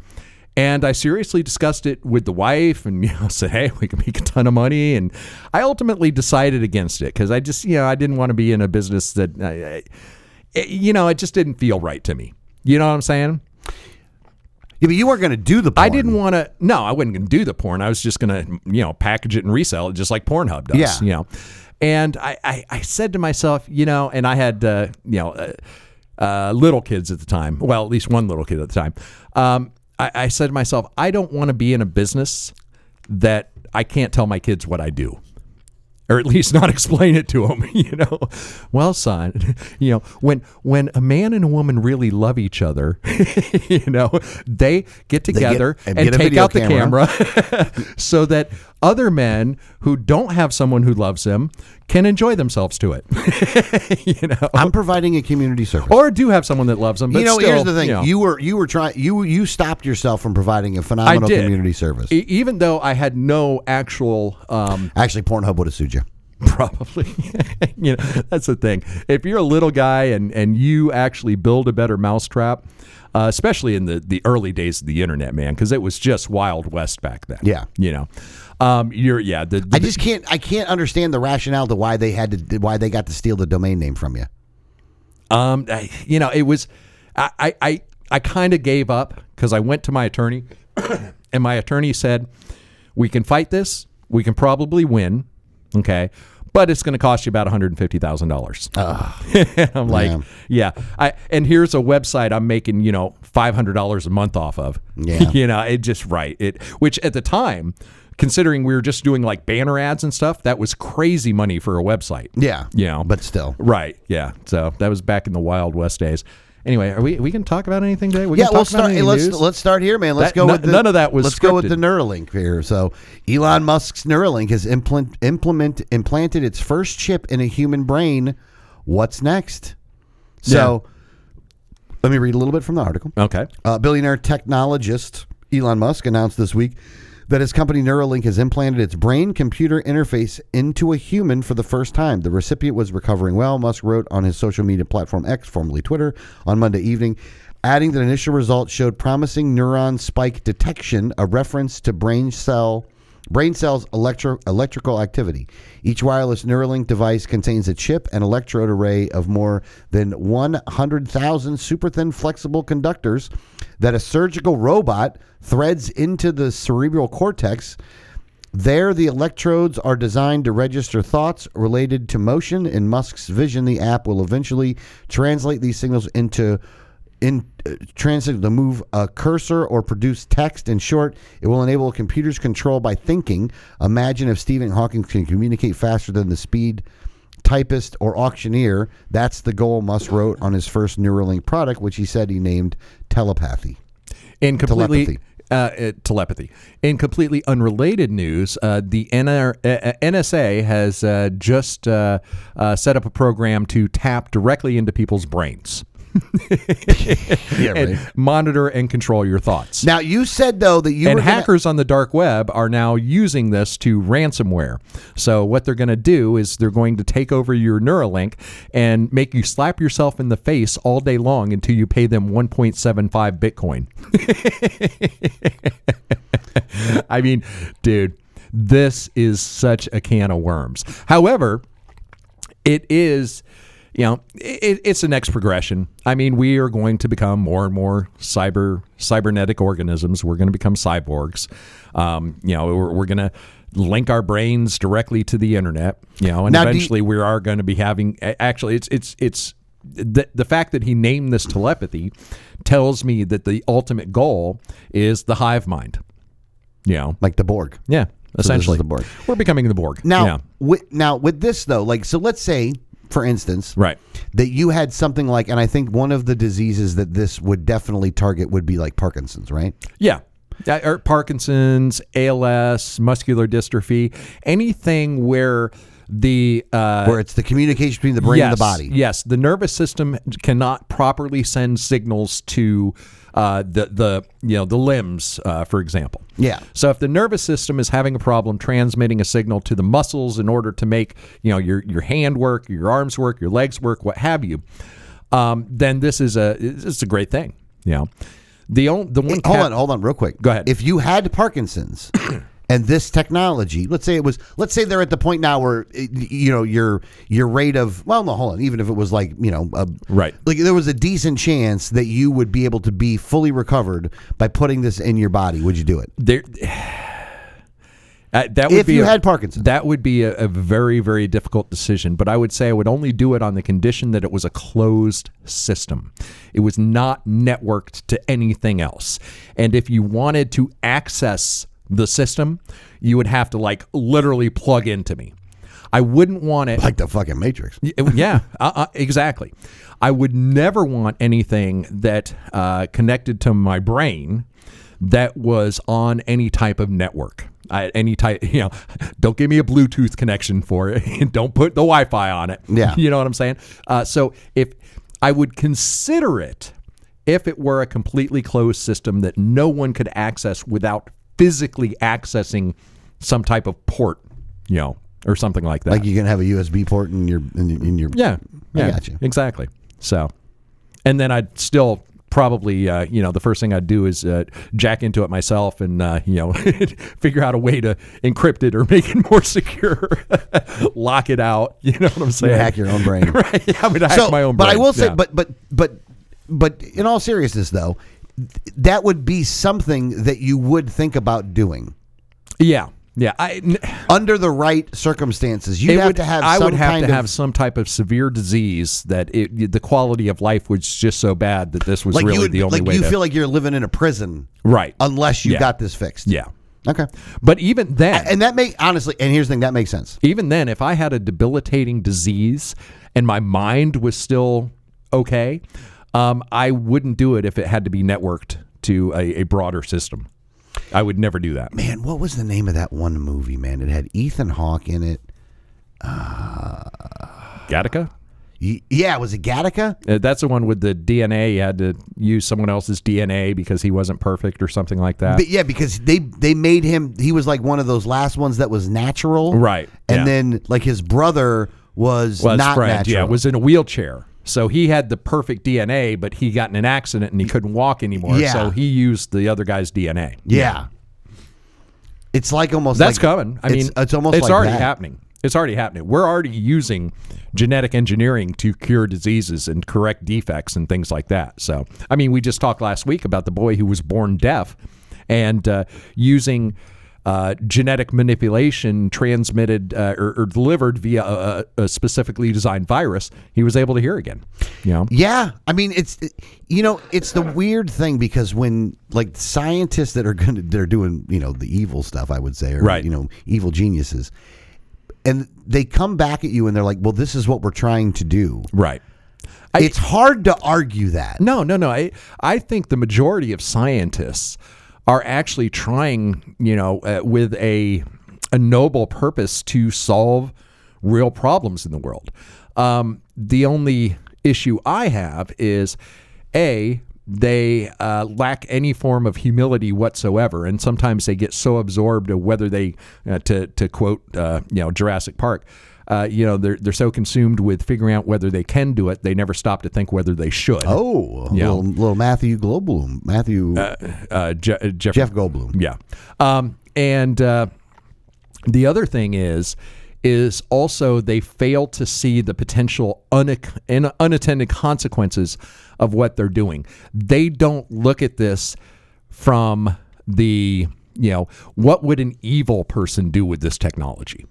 Speaker 2: And I seriously discussed it with the wife and (laughs) you know, said, hey, we can make a ton of money. And I ultimately decided against it because I just, you know, I didn't want to be in a business that, uh, I, I, it- you know, it just didn't feel right to me. You know what I'm saying?
Speaker 1: Yeah, but you weren't going to do the. Porn.
Speaker 2: I didn't want to. No, I wasn't going to do the porn. I was just going to, you know, package it and resell it, just like Pornhub does.
Speaker 1: Yeah.
Speaker 2: You know, and I, I, I said to myself, you know, and I had, uh, you know, uh, uh, little kids at the time. Well, at least one little kid at the time. Um, I, I said to myself, I don't want to be in a business that I can't tell my kids what I do or at least not (laughs) explain it to them you know well son (laughs) you know when when a man and a woman really love each other (laughs) you know they get together
Speaker 1: and
Speaker 2: and
Speaker 1: get a
Speaker 2: take
Speaker 1: video
Speaker 2: out the camera, (laughs) so that other men who don't have someone who loves them can enjoy themselves to it (laughs) you know
Speaker 1: I'm providing a community service.
Speaker 2: or do have someone that loves them Oh, but
Speaker 1: you know,
Speaker 2: still,
Speaker 1: here's the thing:
Speaker 2: you
Speaker 1: you,
Speaker 2: know.
Speaker 1: were you were trying you you stopped yourself from providing a
Speaker 2: I
Speaker 1: phenomenal
Speaker 2: did.
Speaker 1: community service.
Speaker 2: E- even though I had no actual um,
Speaker 1: Actually, Pornhub would have sued you.
Speaker 2: (laughs) probably you know that's the thing if you're a little guy and and you actually build a better mousetrap uh, especially in the the early days of the internet man because it was just wild west back then
Speaker 1: Yeah.
Speaker 2: you know um you're yeah the, the
Speaker 1: I just can't. I can't understand the rationale to why they had to why they got to steal the domain name from you.
Speaker 2: um I- you know it was i i i, I kind of gave up because i went to my attorney (coughs) and my attorney said we can fight this we can probably win okay but it's going to cost you about $150,000. (laughs) And I'm like,
Speaker 1: Yeah.
Speaker 2: yeah. I and here's a website I'm making, you know, $500 a month off of.
Speaker 1: Yeah.
Speaker 2: (laughs) you know, it just right. It which at the time, considering we were just doing like banner ads and stuff, that was crazy money for a website.
Speaker 1: Yeah,
Speaker 2: You know,
Speaker 1: but still.
Speaker 2: Right. Yeah. So that was back in the Wild West days. Anyway, are we we can talk about anything today? We
Speaker 1: Yeah,
Speaker 2: can
Speaker 1: we'll
Speaker 2: talk about
Speaker 1: start.
Speaker 2: any
Speaker 1: hey, let's
Speaker 2: news?
Speaker 1: let's start here, man. Let's
Speaker 2: That-
Speaker 1: go.
Speaker 2: no-
Speaker 1: with the,
Speaker 2: none of that was
Speaker 1: Let's go with the
Speaker 2: scripted.
Speaker 1: Neuralink here. So, Elon Musk's Neuralink has implant, implement implanted its first chip in a human brain. What's next? So, let me read a little bit from the article.
Speaker 2: okay.
Speaker 1: Uh, billionaire technologist Elon Musk announced this week that his company Neuralink has implanted its brain computer interface into a human for the first time. The recipient was recovering well, Musk wrote on his social media platform X, formerly Twitter, on Monday evening, adding that initial results showed promising neuron spike detection, a reference to brain cell brain cells electro- electrical activity. Each wireless Neuralink device contains a chip and electrode array of more than 100,000 super thin flexible conductors that a surgical robot threads into the cerebral cortex. There, the electrodes are designed to register thoughts related to motion. In Musk's vision, the app will eventually translate these signals into in uh, translate to move a cursor or produce text. In short, it will enable computers control by thinking. Imagine if Stephen Hawking can communicate faster than the speed typist or auctioneer. That's the goal Musk wrote on his first Neuralink product, which he said he named telepathy.
Speaker 2: In completely
Speaker 1: Telepathy.
Speaker 2: Uh, uh, telepathy. In completely unrelated news, uh, the NR, uh, NSA has uh, just uh, uh, set up a program to tap directly into people's brains
Speaker 1: Yeah,
Speaker 2: and monitor and control your thoughts.
Speaker 1: Now you said though that you
Speaker 2: and
Speaker 1: were gonna-
Speaker 2: hackers on the dark web are now using this to ransomware. So what they're going to do is they're going to take over your Neuralink and make you slap yourself in the face all day long until you pay them 1.75 Bitcoin. (laughs) I mean, dude, this is such a can of worms. However, it is you know it, it's the next progression i mean we are going to become more and more cyber cybernetic organisms we're going to become cyborgs um, you know we're, we're going to link our brains directly to the internet you know and
Speaker 1: Now, do you-
Speaker 2: eventually we are going to be having a- actually it's it's it's the, the fact that he named this telepathy tells me that the ultimate goal is the hive mind you know
Speaker 1: like the Borg.
Speaker 2: yeah
Speaker 1: is
Speaker 2: essentially
Speaker 1: the Borg.
Speaker 2: we're becoming the borg
Speaker 1: Now,
Speaker 2: yeah.
Speaker 1: with, now with this though, like so, let's say for instance,
Speaker 2: right
Speaker 1: that you had something like, and I think one of the diseases that this would definitely target would be like Parkinson's, right?
Speaker 2: Yeah. Uh, or Parkinson's, ALS, muscular dystrophy, anything where the uh,
Speaker 1: Where it's the communication between the brain
Speaker 2: yes,
Speaker 1: and the body.
Speaker 2: Yes, the nervous system cannot properly send signals to uh, the the you know the limbs, uh, for example.
Speaker 1: Yeah.
Speaker 2: So if the nervous system is having a problem transmitting a signal to the muscles in order to make you know your your hand work, your arms work, your legs work, what have you, um, then this is a it's a great thing. You know, the only the one
Speaker 1: (clears throat) Hold
Speaker 2: cap-
Speaker 1: on, hold on, real quick.
Speaker 2: Go ahead.
Speaker 1: If you had
Speaker 2: (clears throat)
Speaker 1: Parkinson's and this technology, let's say it was, let's say they're at the point now where eh, you know your your rate of, well, no, hold on. Even if it was like you know, a,
Speaker 2: Right.
Speaker 1: like there was a decent chance that you would be able to be fully recovered by putting this in your body. Would you do it?
Speaker 2: there. (sighs) Uh, that would
Speaker 1: If
Speaker 2: be
Speaker 1: you
Speaker 2: a-
Speaker 1: had Parkinson's.
Speaker 2: that would be a, a very very difficult decision. But I would say I would only do it on the condition that it was a closed system. It was not networked to anything else. And if you wanted to access the system, you would have to like literally plug into me. I wouldn't want it
Speaker 1: Like the fucking Matrix.
Speaker 2: Y- yeah, uh, uh, exactly. I would never want anything that uh, connected to my brain that was on any type of network. I, any type, you know, (laughs) don't give me a Bluetooth connection for it. (laughs) don't put the Wi-Fi on it.
Speaker 1: Yeah.
Speaker 2: (laughs) you know what I'm saying. Uh, so if I would consider it, if it were a completely closed system that no one could access without physically accessing some type of port, you know, or something like that.
Speaker 1: Like you can have a USB port in your in, your- in your
Speaker 2: Yeah,
Speaker 1: I
Speaker 2: yeah,
Speaker 1: got you.
Speaker 2: exactly. So, and then I'd still probably, uh, you know, the first thing I'd do is uh, jack into it myself and uh, you know (laughs) figure out a way to encrypt it or make it more (laughs) secure, lock it out. (laughs) You know what I'm saying?
Speaker 1: hack your own
Speaker 2: (laughs)
Speaker 1: brain.
Speaker 2: right? Yeah, I would hack
Speaker 1: so,
Speaker 2: my own.
Speaker 1: but I
Speaker 2: brain.
Speaker 1: will say,
Speaker 2: Yeah.
Speaker 1: but but but but in all seriousness, though, th- that would be something that you would think about doing
Speaker 2: yeah, yeah, I. n-
Speaker 1: under the right circumstances. You'd
Speaker 2: it
Speaker 1: have
Speaker 2: would-
Speaker 1: to have.
Speaker 2: I
Speaker 1: some
Speaker 2: would have
Speaker 1: kind
Speaker 2: to
Speaker 1: of,
Speaker 2: have some type of severe disease that it, the quality of life was just so bad that this was
Speaker 1: like
Speaker 2: really
Speaker 1: you would,
Speaker 2: the only
Speaker 1: like
Speaker 2: way.
Speaker 1: you
Speaker 2: to,
Speaker 1: feel like you're living in a prison,
Speaker 2: right?
Speaker 1: Unless you
Speaker 2: Yeah.
Speaker 1: got this fixed.
Speaker 2: yeah,
Speaker 1: Okay.
Speaker 2: but even then,
Speaker 1: And that make honestly, and here's the thing that makes sense.
Speaker 2: even then, if I had a debilitating disease and my mind was still okay, um, I wouldn't do it if it had to be networked to a, a broader system. I would never do that.
Speaker 1: Man, what was the name of that one movie? Man, it had Ethan Hawke in it.
Speaker 2: Gattaca?
Speaker 1: Y- Yeah, was it Gattaca?
Speaker 2: Uh, that's the one with the DNA. You had to use someone else's DNA because he wasn't perfect or something like that.
Speaker 1: But yeah, because they they made him. He was like one of those last ones that was natural,
Speaker 2: Right,
Speaker 1: And
Speaker 2: yeah.
Speaker 1: then like his brother was,
Speaker 2: Well, his
Speaker 1: not
Speaker 2: friend,
Speaker 1: natural.
Speaker 2: yeah, was in a wheelchair. So he had the perfect DNA, but he got in an accident and he couldn't walk anymore.
Speaker 1: Yeah.
Speaker 2: So he used the other guy's DNA.
Speaker 1: yeah. It's like almost
Speaker 2: That's
Speaker 1: like-
Speaker 2: coming. I
Speaker 1: it's,
Speaker 2: mean,
Speaker 1: it's almost
Speaker 2: it's
Speaker 1: like
Speaker 2: already
Speaker 1: that.
Speaker 2: happening. It's already happening. We're already using genetic engineering to cure diseases and correct defects and things like that. So, I mean, we just talked last week about the boy who was born deaf and uh, using. Uh, genetic manipulation transmitted uh, or, or delivered via a, a- a specifically designed virus, he was able to hear again. You know,
Speaker 1: Yeah, I mean, it's you know, it's the weird thing because when like scientists that are gonna they're doing you know the evil stuff, I would say, or
Speaker 2: Right.
Speaker 1: you know, evil geniuses, and they come back at you and they're like, well, this is what we're trying to do.
Speaker 2: right? I-
Speaker 1: it's hard to argue that.
Speaker 2: No, no, no. I I think the majority of scientists are actually trying, you know, uh, with a a noble purpose to solve real problems in the world. Um, the only issue I have is a they uh, lack any form of humility whatsoever, and sometimes they get so absorbed of whether they, uh, to to quote, uh, you know, Jurassic Park, uh, you know, they're they're so consumed with figuring out whether they can do it, they never stop to think whether they should.
Speaker 1: Oh,
Speaker 2: Yeah.
Speaker 1: little, little Matthew Goldblum, Matthew
Speaker 2: uh, Je- uh, Jeff.
Speaker 1: Jeff Goldblum.
Speaker 2: Yeah, um, and uh, the other thing is, is also they fail to see the potential un- un- unattended consequences of what they're doing. They don't look at this from the you know what would an evil person do with this technology.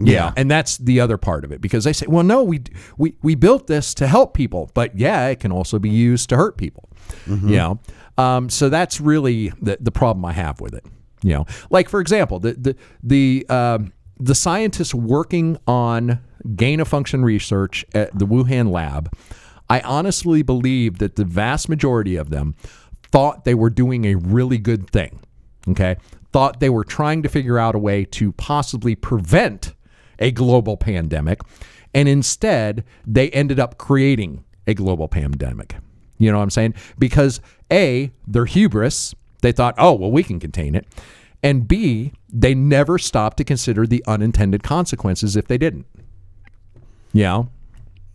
Speaker 2: Yeah. and that's the other part of it because they say, well, no, we we we built this to help people, but yeah, it can also be used to hurt people. You know, um, so that's really the the problem I have with it. You know, like for example, the the the um, the scientists working on gain of function research at the Wuhan lab, I honestly believe that the vast majority of them thought they were doing a really good thing. Okay, thought they were trying to figure out a way to possibly prevent a global pandemic, and instead they ended up creating a global pandemic. You know what I'm saying? Because A, their hubris, they thought, oh, well, we can contain it. And B, they never stopped to consider the unintended consequences if they didn't. Yeah.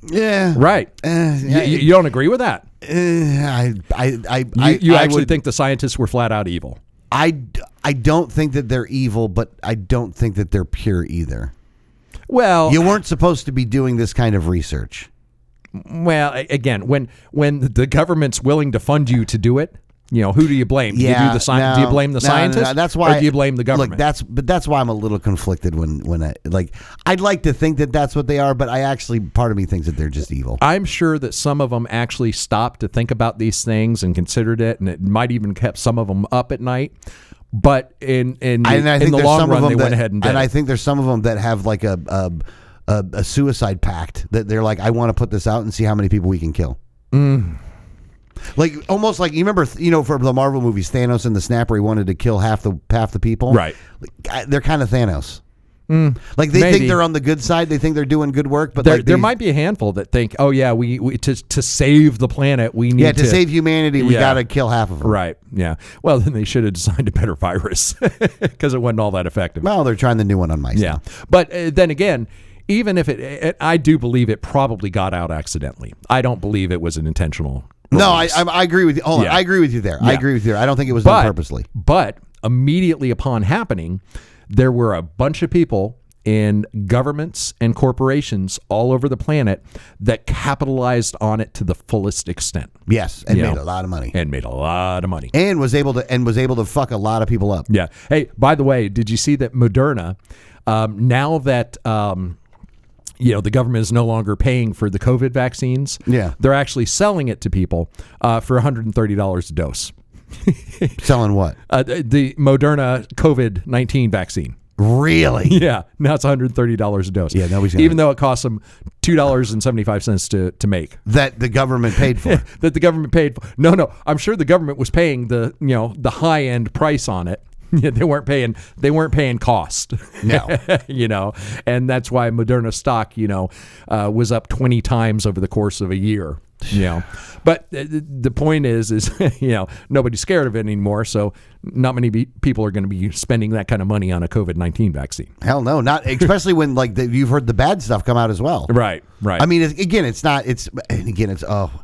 Speaker 1: Yeah,
Speaker 2: Right.
Speaker 1: Eh,
Speaker 2: Uh, You- you, you don't agree with that. You,
Speaker 1: eh, I, I, I, I,
Speaker 2: you
Speaker 1: I
Speaker 2: actually
Speaker 1: would-
Speaker 2: think the scientists were flat out evil.
Speaker 1: I, d- I don't think that they're evil, but I don't think that they're pure either.
Speaker 2: Well,
Speaker 1: You weren't supposed to be doing this kind of research.
Speaker 2: Well, a- again, when when the government's willing to fund you to do it, you know, who do you blame? Do you do the sci- do you
Speaker 1: no,
Speaker 2: blame the
Speaker 1: no, no, no,
Speaker 2: scientists?
Speaker 1: That's why.
Speaker 2: or do you blame the government?
Speaker 1: Look, that's but that's why I'm a little conflicted when when I like. I'd like to think that that's what they are, but I actually part of me thinks that they're just evil.
Speaker 2: I'm sure that some of them actually stopped to think about these things and considered it, and it might even kept some of them up at night. But in in the,
Speaker 1: and I
Speaker 2: in
Speaker 1: think
Speaker 2: the
Speaker 1: there's
Speaker 2: long
Speaker 1: some
Speaker 2: run,
Speaker 1: of them
Speaker 2: they
Speaker 1: that,
Speaker 2: went ahead and did.
Speaker 1: I
Speaker 2: it.
Speaker 1: think there's some of them that have like a a, a, a suicide pact that they're like, I want to put this out and see how many people we can kill.
Speaker 2: Mm.
Speaker 1: Like almost like you remember, you know, for the Marvel movies, Thanos and the Snapper, he wanted to kill half the half the people.
Speaker 2: Right. Mm.
Speaker 1: Like, I- they're kind of Thanos. like they
Speaker 2: maybe.
Speaker 1: think they're on the good side. They think they're doing good work, but
Speaker 2: there,
Speaker 1: like
Speaker 2: there
Speaker 1: they-
Speaker 2: might be a handful that think, oh yeah, we, we to to save the planet, we need
Speaker 1: yeah to, save humanity, we
Speaker 2: Yeah.
Speaker 1: got to kill half of them.
Speaker 2: Right. Yeah. Well, then they should have designed a better virus (laughs) because it wasn't all that effective.
Speaker 1: Well, they're trying the new one on mice.
Speaker 2: Yeah, but uh, then again, even if it, it, I do believe it probably got out accidentally. I don't believe it was an intentional.
Speaker 1: No, I,
Speaker 2: release.
Speaker 1: I I agree with you. Hold on,
Speaker 2: Yeah.
Speaker 1: I agree with you there. I
Speaker 2: Yeah.
Speaker 1: agree with you there. I don't think it was
Speaker 2: but
Speaker 1: done purposely.
Speaker 2: But immediately upon happening, there were a bunch of people in governments and corporations all over the planet that capitalized on it to the fullest extent
Speaker 1: Yes, and
Speaker 2: Yeah.
Speaker 1: made a lot of money.
Speaker 2: and made a lot of money.
Speaker 1: and was able to and was able to fuck a lot of people up.
Speaker 2: Yeah. Hey, by the way, did you see that Moderna? Um, now that um, you know the government is no longer paying for the COVID vaccines,
Speaker 1: Yeah.
Speaker 2: they're actually selling it to people uh, for one hundred and thirty dollars a dose.
Speaker 1: Selling what?
Speaker 2: Uh, the- the Moderna COVID nineteen vaccine. (laughs)
Speaker 1: Really?
Speaker 2: Yeah, now it's one hundred thirty dollars a dose.
Speaker 1: Yeah, nobody's gonna-
Speaker 2: even though it costs them two dollars and seventy five cents to to make.
Speaker 1: that the government paid
Speaker 2: (laughs)
Speaker 1: for.
Speaker 2: that the government paid for. No, no, I'm sure the government was paying the you know the high end price on it. (laughs) Yeah, they weren't paying. They weren't paying cost. (laughs)
Speaker 1: No.
Speaker 2: you know, and that's why Moderna stock, you know, uh, was up 20 times over the course of a year. You (sighs) know, but th- th- the point is, is (laughs) you know, nobody's scared of it anymore. So not many be- people are going to be spending that kind of money on a COVID 19 vaccine.
Speaker 1: Hell no, not especially when like the, you've heard the bad stuff come out as well.
Speaker 2: Right. Right.
Speaker 1: I mean, it's, again, it's not. It's and again, it's oh. w-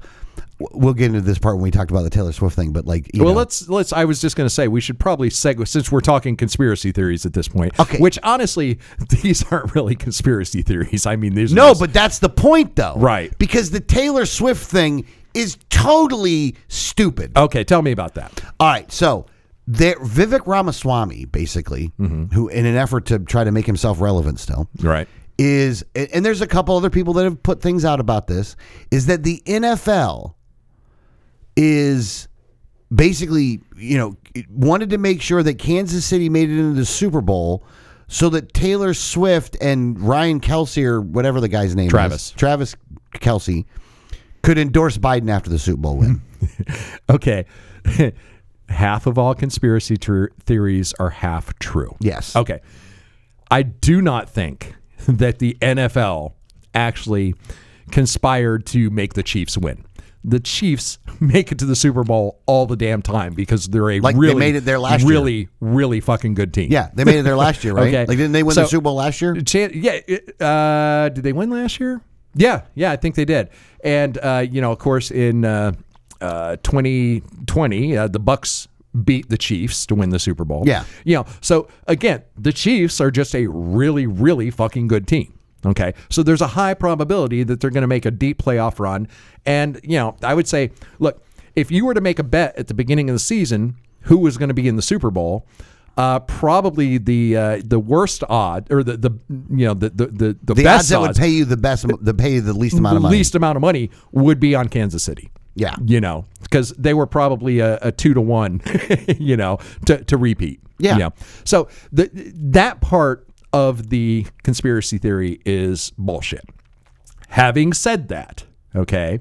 Speaker 1: We'll get into this part when we talked about the Taylor Swift thing, but like, you
Speaker 2: Well,
Speaker 1: know,
Speaker 2: let's let's. I was just going to say we should probably segue since we're talking conspiracy theories at this point.
Speaker 1: Okay.
Speaker 2: Which honestly, (laughs) these aren't really conspiracy theories. I mean, these. are
Speaker 1: no,
Speaker 2: just-
Speaker 1: but that's the point though,
Speaker 2: Right.
Speaker 1: Because the Taylor Swift thing is totally stupid.
Speaker 2: okay. Tell me about that.
Speaker 1: All right, so there, Vivek Ramaswamy, basically,
Speaker 2: Mm-hmm.
Speaker 1: who in an effort to try to make himself relevant still,
Speaker 2: Right.
Speaker 1: is and and there's a couple other people that have put things out about this is that the NFL is basically you know it wanted to make sure that Kansas City made it into the Super Bowl so that Taylor Swift and Ryan Kelsey or whatever the guy's name
Speaker 2: Travis.
Speaker 1: is Travis Kelsey could endorse Biden after the Super Bowl
Speaker 2: Hmm.
Speaker 1: win.
Speaker 2: (laughs) Okay. half of all conspiracy ter- theories are half true.
Speaker 1: Yes.
Speaker 2: Okay. I do not think that the NFL actually conspired to make the Chiefs win. The Chiefs (laughs) make it to the Super Bowl all the damn time because they're a
Speaker 1: Like they
Speaker 2: really
Speaker 1: made it there last year.
Speaker 2: really really fucking good team.
Speaker 1: Yeah, they made it there last
Speaker 2: (laughs)
Speaker 1: year, right?
Speaker 2: Okay.
Speaker 1: Like, didn't they win the
Speaker 2: So- uh,
Speaker 1: Super Bowl last year?
Speaker 2: Chan- yeah. it- Uh, did they win last year? Yeah. Yeah, I think they did. And uh, you know, of course, in uh, uh, 2020, uh, the Bucks beat the Chiefs to win the Super Bowl.
Speaker 1: Yeah.
Speaker 2: You know, so again, the Chiefs are just a really, really fucking good team. Okay. So there's a high probability that they're going to make a deep playoff run. And, you know, I would say, look, if you were to make a bet at the beginning of the season who was going to be in the Super Bowl, uh, probably the uh, the worst odd or the, the you know the the the, the,
Speaker 1: The odds
Speaker 2: best
Speaker 1: that would
Speaker 2: odds,
Speaker 1: pay you the best, the pay you the least amount of money.
Speaker 2: least amount of money would be on Kansas City
Speaker 1: yeah.
Speaker 2: you know, because they were probably a, a two to one, (laughs) you know, to, to repeat.
Speaker 1: Yeah.
Speaker 2: You know. So the, that part of the conspiracy theory is bullshit. Having said that, okay,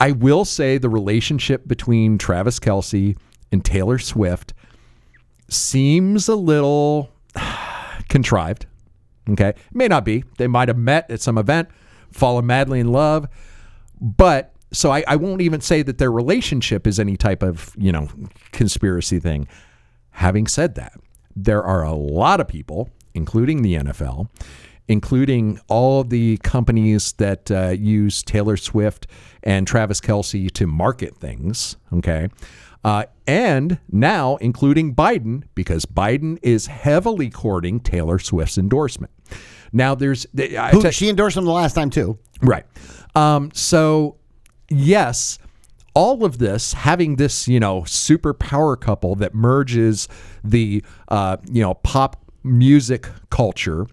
Speaker 2: I will say the relationship between Travis Kelsey and Taylor Swift seems a little (sighs) contrived. Okay. May not be. They might have met at some event, fallen madly in love. But so I, I won't even say that their relationship is any type of, you know, conspiracy thing. Having said that, there are a lot of people, including the NFL, including all of the companies that uh, use Taylor Swift and Travis Kelsey to market things. Okay. Uh, and now, including Biden, because Biden is heavily courting Taylor Swift's endorsement. Now, there's. I
Speaker 1: Who,
Speaker 2: te-
Speaker 1: she endorsed him the last time too.
Speaker 2: Right. Um, so, yes, all of this having this, you know, super power couple that merges the, uh, you know, pop music culture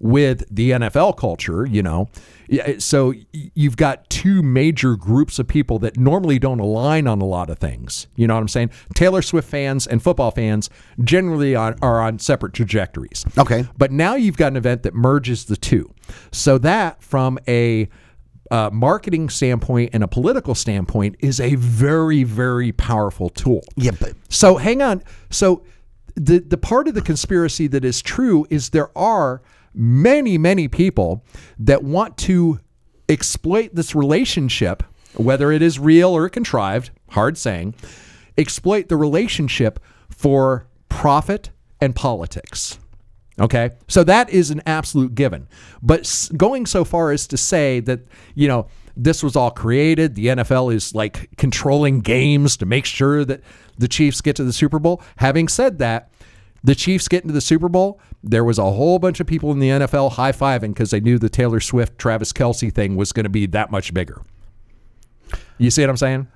Speaker 2: with the NFL culture, you know. Yeah, it- So y- you've got two major groups of people that normally don't align on a lot of things. You know what I'm saying? Taylor Swift fans and football fans generally are, are on separate trajectories.
Speaker 1: Okay.
Speaker 2: But now you've got an event that merges the two. So that, from a uh, marketing standpoint and a political standpoint, is a very, very powerful tool.
Speaker 1: Yeah, but
Speaker 2: So hang on. So the the part of the conspiracy that is true is there are many, many people that want to exploit this relationship, whether it is real or contrived, hard saying, exploit the relationship for profit and politics. Okay. So that is an absolute given. But s- going so far as to say that, you know, this was all created, the NFL is like controlling games to make sure that the Chiefs get to the Super Bowl. Having said that, the Chiefs get into the Super Bowl. There was a whole bunch of people in the NFL high fiving because they knew the Taylor Swift, Travis Kelsey thing was going to be that much bigger. You see what I'm saying?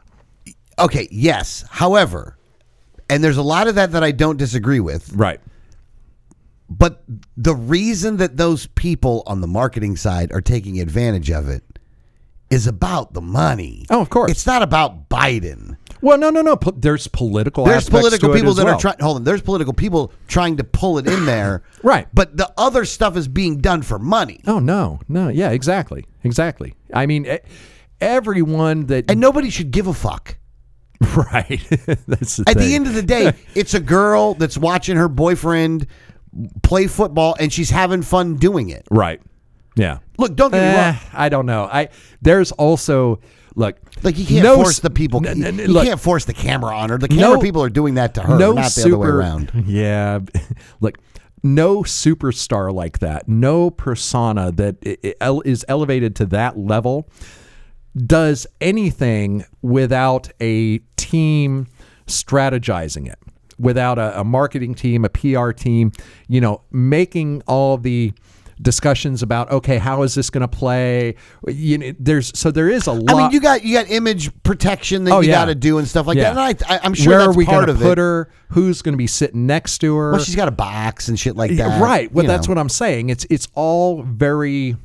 Speaker 1: okay, yes. However, and there's a lot of that that I don't disagree with.
Speaker 2: Right.
Speaker 1: But the reason that those people on the marketing side are taking advantage of it is about the money.
Speaker 2: Oh, of course.
Speaker 1: It's not about Biden.
Speaker 2: Well, no, no, no. Po- there's political.
Speaker 1: There's
Speaker 2: aspects
Speaker 1: political
Speaker 2: to it
Speaker 1: people
Speaker 2: as
Speaker 1: that
Speaker 2: well.
Speaker 1: are trying. Hold on. There's political people trying to pull it in there.
Speaker 2: (coughs) Right.
Speaker 1: But the other stuff is being done for money.
Speaker 2: Oh no, no, yeah, exactly, exactly. I mean, e- everyone that
Speaker 1: And nobody should give a fuck.
Speaker 2: (laughs) right. (laughs) that's the
Speaker 1: At
Speaker 2: thing.
Speaker 1: the end of the
Speaker 2: (laughs)
Speaker 1: day, it's a girl that's watching her boyfriend play football and she's having fun doing it.
Speaker 2: right? Yeah.
Speaker 1: Look, don't get me
Speaker 2: Eh,
Speaker 1: wrong.
Speaker 2: I don't know. I there's also look
Speaker 1: Like you can't
Speaker 2: no
Speaker 1: force
Speaker 2: s-
Speaker 1: the people.
Speaker 2: n- n-
Speaker 1: you
Speaker 2: look,
Speaker 1: can't force the camera on her. The camera
Speaker 2: No-
Speaker 1: people are doing that to her, not the other way around.
Speaker 2: (laughs) Yeah, look, no superstar like that, no persona that i- i- ele- is elevated to that level does anything without a team strategizing it, without a, a marketing team, a PR team, you know, making all the discussions about okay how is this going to play you know there's so there is a lot
Speaker 1: I mean, you got you got image protection that
Speaker 2: Oh,
Speaker 1: you
Speaker 2: yeah.
Speaker 1: got to do and stuff like
Speaker 2: Yeah.
Speaker 1: that. And I, I, am sure
Speaker 2: where
Speaker 1: that's
Speaker 2: are we
Speaker 1: part
Speaker 2: gonna
Speaker 1: of
Speaker 2: put
Speaker 1: it.
Speaker 2: her who's going to be sitting next to her
Speaker 1: Well, she's got a box and shit like
Speaker 2: Yeah,
Speaker 1: that.
Speaker 2: right. Well,
Speaker 1: you
Speaker 2: that's
Speaker 1: know.
Speaker 2: what I'm saying. It's it's all very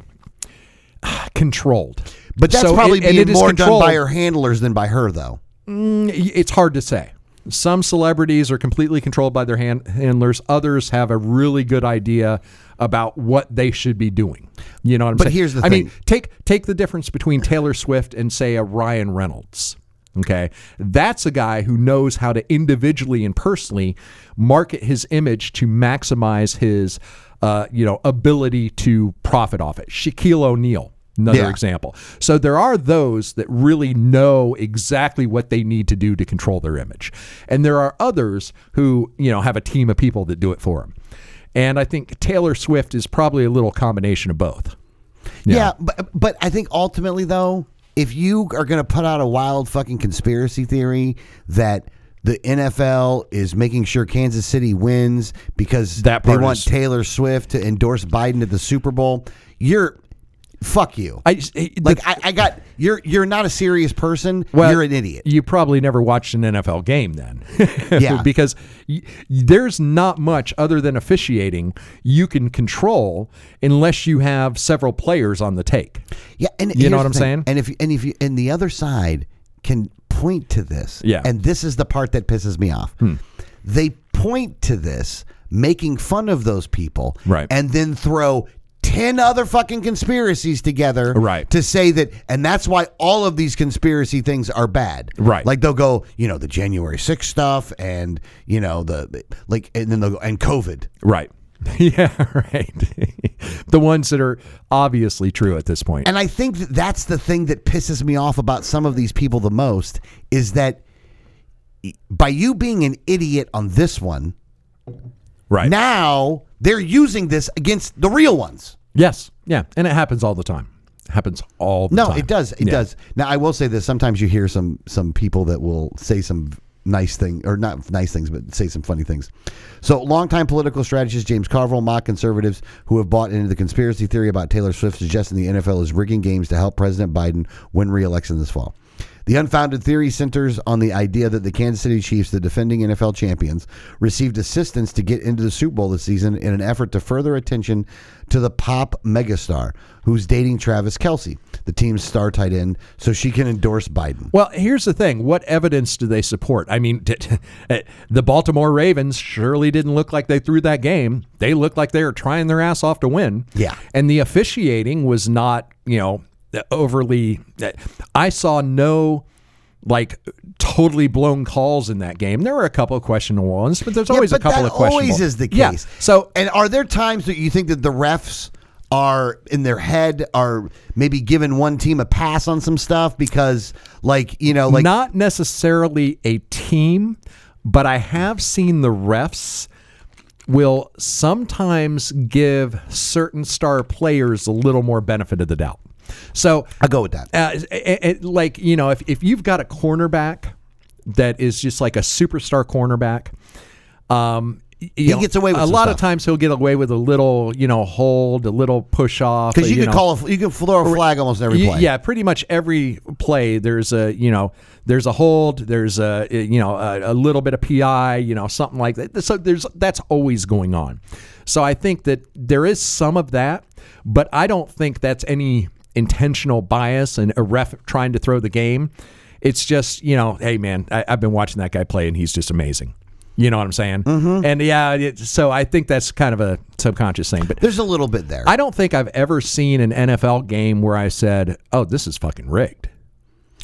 Speaker 2: ah, controlled.
Speaker 1: But that's
Speaker 2: So
Speaker 1: probably
Speaker 2: it- and
Speaker 1: being
Speaker 2: it is
Speaker 1: more done by
Speaker 2: controlled.
Speaker 1: her handlers than by her, though.
Speaker 2: Mm, It's hard to say. Some celebrities are completely controlled by their hand, handlers. Others have a really good idea about what they should be doing. You know what I'm
Speaker 1: But
Speaker 2: saying?
Speaker 1: here's the
Speaker 2: I
Speaker 1: thing.
Speaker 2: mean, take take the difference between Taylor Swift and say a Ryan Reynolds. Okay, that's a guy who knows how to individually and personally market his image to maximize his, uh, you know, ability to profit off it. Shaquille O'Neal, another
Speaker 1: Yeah.
Speaker 2: example. So there are those that really know exactly what they need to do to control their image, and there are others who you know have a team of people that do it for them. And I think Taylor Swift is probably a little combination of both.
Speaker 1: Yeah, but but I think ultimately though, if you are going to put out a wild fucking conspiracy theory that the NFL is making sure Kansas City wins because
Speaker 2: That
Speaker 1: they
Speaker 2: part
Speaker 1: want
Speaker 2: is-
Speaker 1: Taylor Swift to endorse Biden at the Super Bowl, you're fuck you.
Speaker 2: I just- it-
Speaker 1: like
Speaker 2: the-
Speaker 1: I, I got you're you're not a serious person.
Speaker 2: well,
Speaker 1: you're an idiot.
Speaker 2: You probably never watched an NFL game then, (laughs)
Speaker 1: Yeah.
Speaker 2: because y- there's not much other than officiating you can control unless you have several players on the take.
Speaker 1: Yeah, and
Speaker 2: You
Speaker 1: here's
Speaker 2: know what
Speaker 1: the
Speaker 2: I'm
Speaker 1: thing.
Speaker 2: saying?
Speaker 1: And if you- and if you and the other side can point to this,
Speaker 2: Yeah. Hmm.
Speaker 1: and this is the part that pisses me off. They point to this, making fun of those people,
Speaker 2: Right.
Speaker 1: and then throw. 10 other fucking conspiracies together
Speaker 2: Right.
Speaker 1: to say that and that's why all of these conspiracy things are bad
Speaker 2: Right.
Speaker 1: like they'll go you know the january 6th stuff and you know the like and then they'll go and covid
Speaker 2: Right. (laughs) Yeah, right. (laughs) the ones that are obviously true at this point.
Speaker 1: And I think that that's the thing that pisses me off about some of these people the most is that e, by you being an idiot on this one,
Speaker 2: right.
Speaker 1: now they're using this against the real ones.
Speaker 2: yes. Yeah. And it happens all the time. happens all the
Speaker 1: No,
Speaker 2: time.
Speaker 1: it does. It
Speaker 2: Yeah.
Speaker 1: does. Now I will say this sometimes you hear some some people that will say some nice thing or not nice things but say some funny things. So longtime political strategist James Carville mock conservatives who have bought into the conspiracy theory about Taylor Swift suggesting the NFL is rigging games to help President Biden win re-election this fall. The unfounded theory centers on the idea that the Kansas City Chiefs, the defending NFL champions, received assistance to get into the Super Bowl this season in an effort to further attention to the pop megastar who's dating Travis Kelsey, the team's star tight end, so she can endorse Biden.
Speaker 2: Well, here's the thing. What evidence do they support? I mean, (laughs) did, the Baltimore Ravens surely didn't look like they threw that game. They looked like they were trying their ass off to win.
Speaker 1: Yeah.
Speaker 2: And the officiating was not, you know, overly. eh, I saw no. Like totally blown calls in that game. There were a couple of questionable ones, but there's always
Speaker 1: yeah,
Speaker 2: a
Speaker 1: but
Speaker 2: couple
Speaker 1: that
Speaker 2: of questionable.
Speaker 1: always is the
Speaker 2: Yeah.
Speaker 1: case.
Speaker 2: So
Speaker 1: and are there times that you think that the refs are in their head are maybe giving one team a pass on some stuff because like you know like
Speaker 2: not necessarily a team, but I have seen the refs will sometimes give certain star players a little more benefit of the doubt. So
Speaker 1: I'll go with that.
Speaker 2: uh, it- it- it- like you know, if if you've got a cornerback that is just like a superstar cornerback, um, he
Speaker 1: gets away with
Speaker 2: a
Speaker 1: some
Speaker 2: lot of
Speaker 1: stuff.
Speaker 2: times. He'll get away with a little, you know, hold, a little push off.
Speaker 1: Because you,
Speaker 2: can
Speaker 1: could call a, you could throw a flag almost every
Speaker 2: Y-
Speaker 1: play.
Speaker 2: Yeah, pretty much every play. There's a you know there's a hold. There's a eh, you know a, a little bit of PI. You know something like that. So there's that's always going on. So I think that there is some of that, but I don't think that's any intentional bias and a ref trying to throw the game. It's just you know, hey man, I, I've been watching that guy play and he's just amazing. You know what I'm saying? Mm-hmm. And yeah, it, so I think that's kind of a subconscious thing. But
Speaker 1: There's a little bit there.
Speaker 2: I don't think I've ever seen an NFL game where I said, "Oh, this is fucking rigged."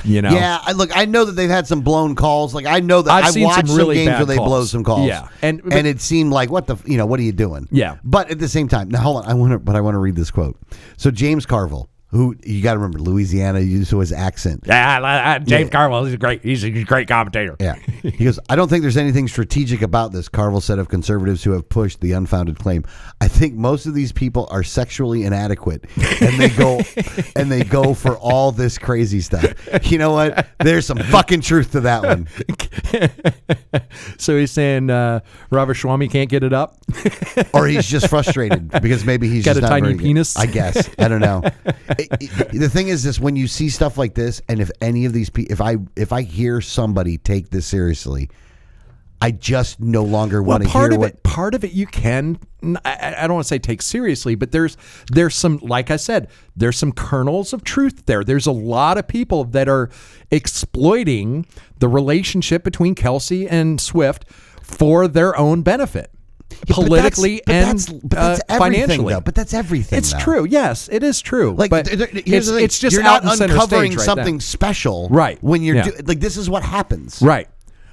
Speaker 2: You know?
Speaker 1: yeah, I, look, I know that they've had some blown calls. Like I know that
Speaker 2: I've
Speaker 1: I've,
Speaker 2: seen some
Speaker 1: watched some,
Speaker 2: really
Speaker 1: games
Speaker 2: bad
Speaker 1: where they blow
Speaker 2: calls.
Speaker 1: some calls.
Speaker 2: Yeah, and- but-
Speaker 1: and it seemed like what the f- you know what are you doing?
Speaker 2: Yeah.
Speaker 1: but at the same time, now hold on, I want to, but I want to read this quote. So James Carville, who you got to remember, Louisiana used to his accent.
Speaker 2: Yeah, I- I- James Carwell, he's a great, he's a great commentator.
Speaker 1: Yeah. He goes, I don't think there's anything strategic about this, Carville said of conservatives who have pushed the unfounded claim. I think most of these people are sexually inadequate and they
Speaker 2: (laughs)
Speaker 1: go and they go for all this crazy stuff. You know what? There's some fucking truth to that one.
Speaker 2: So he's saying uh, Robert Schwami can't get it up. (laughs)
Speaker 1: Or he's just frustrated because maybe he's
Speaker 2: Got
Speaker 1: just
Speaker 2: a
Speaker 1: not
Speaker 2: tiny
Speaker 1: very good.
Speaker 2: penis?
Speaker 1: I guess. I don't know. It- it- the thing is this when you see stuff like this and if any of these people if I if I hear somebody take this seriously, I just no longer
Speaker 2: Well,
Speaker 1: want to
Speaker 2: part
Speaker 1: hear
Speaker 2: of
Speaker 1: what.
Speaker 2: it, part of it, you can. n- I, I- I don't want to say take seriously, but there's there's some, like I said, there's some kernels of truth there. There's a lot of people that are exploiting the relationship between Kelsey and Swift for their own benefit,
Speaker 1: But that's-
Speaker 2: politically
Speaker 1: but
Speaker 2: and
Speaker 1: that's, but that's
Speaker 2: uh,
Speaker 1: everything,
Speaker 2: financially.
Speaker 1: Though, but that's everything.
Speaker 2: it's
Speaker 1: though.
Speaker 2: true. Yes, it is true.
Speaker 1: Like
Speaker 2: but
Speaker 1: th- th- here's
Speaker 2: it's,
Speaker 1: the thing.
Speaker 2: it's just
Speaker 1: you're
Speaker 2: out
Speaker 1: not
Speaker 2: in center
Speaker 1: uncovering
Speaker 2: stage right then.
Speaker 1: something special,
Speaker 2: Right.
Speaker 1: When you're
Speaker 2: Yeah.
Speaker 1: do- like, this is what happens.
Speaker 2: Right.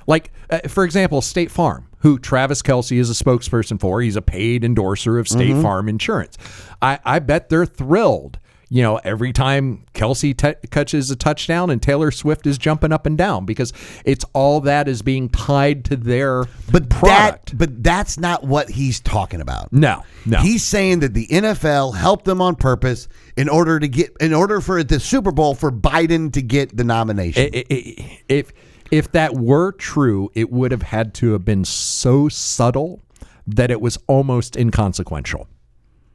Speaker 2: Like, uh, for example, State Farm, who Travis Kelsey is a spokesperson for. He's a paid endorser of State
Speaker 1: Mm-hmm.
Speaker 2: Farm Insurance. I, I bet they're thrilled. You know, every time Kelsey t- catches a touchdown and Taylor Swift is jumping up and down because it's all that is being tied to their
Speaker 1: But
Speaker 2: product.
Speaker 1: that, but that's not what he's talking about.
Speaker 2: no, no.
Speaker 1: He's saying that the NFL helped them on purpose in order to get in order for the Super Bowl for Biden to get the nomination.
Speaker 2: I- I- I- if if that were true, it would have had to have been so subtle that it was almost inconsequential.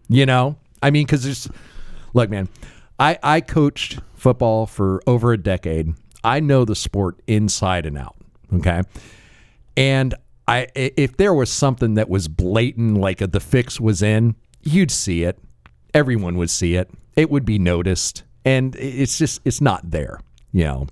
Speaker 2: You know, I mean, because there's look, man, I I coached football for over a decade. I know the sport inside and out. Okay, and I i- if there was something that was blatant, like the fix was in, you'd see it. Everyone would see it. It would be noticed, and i- it's just it's not there. You know.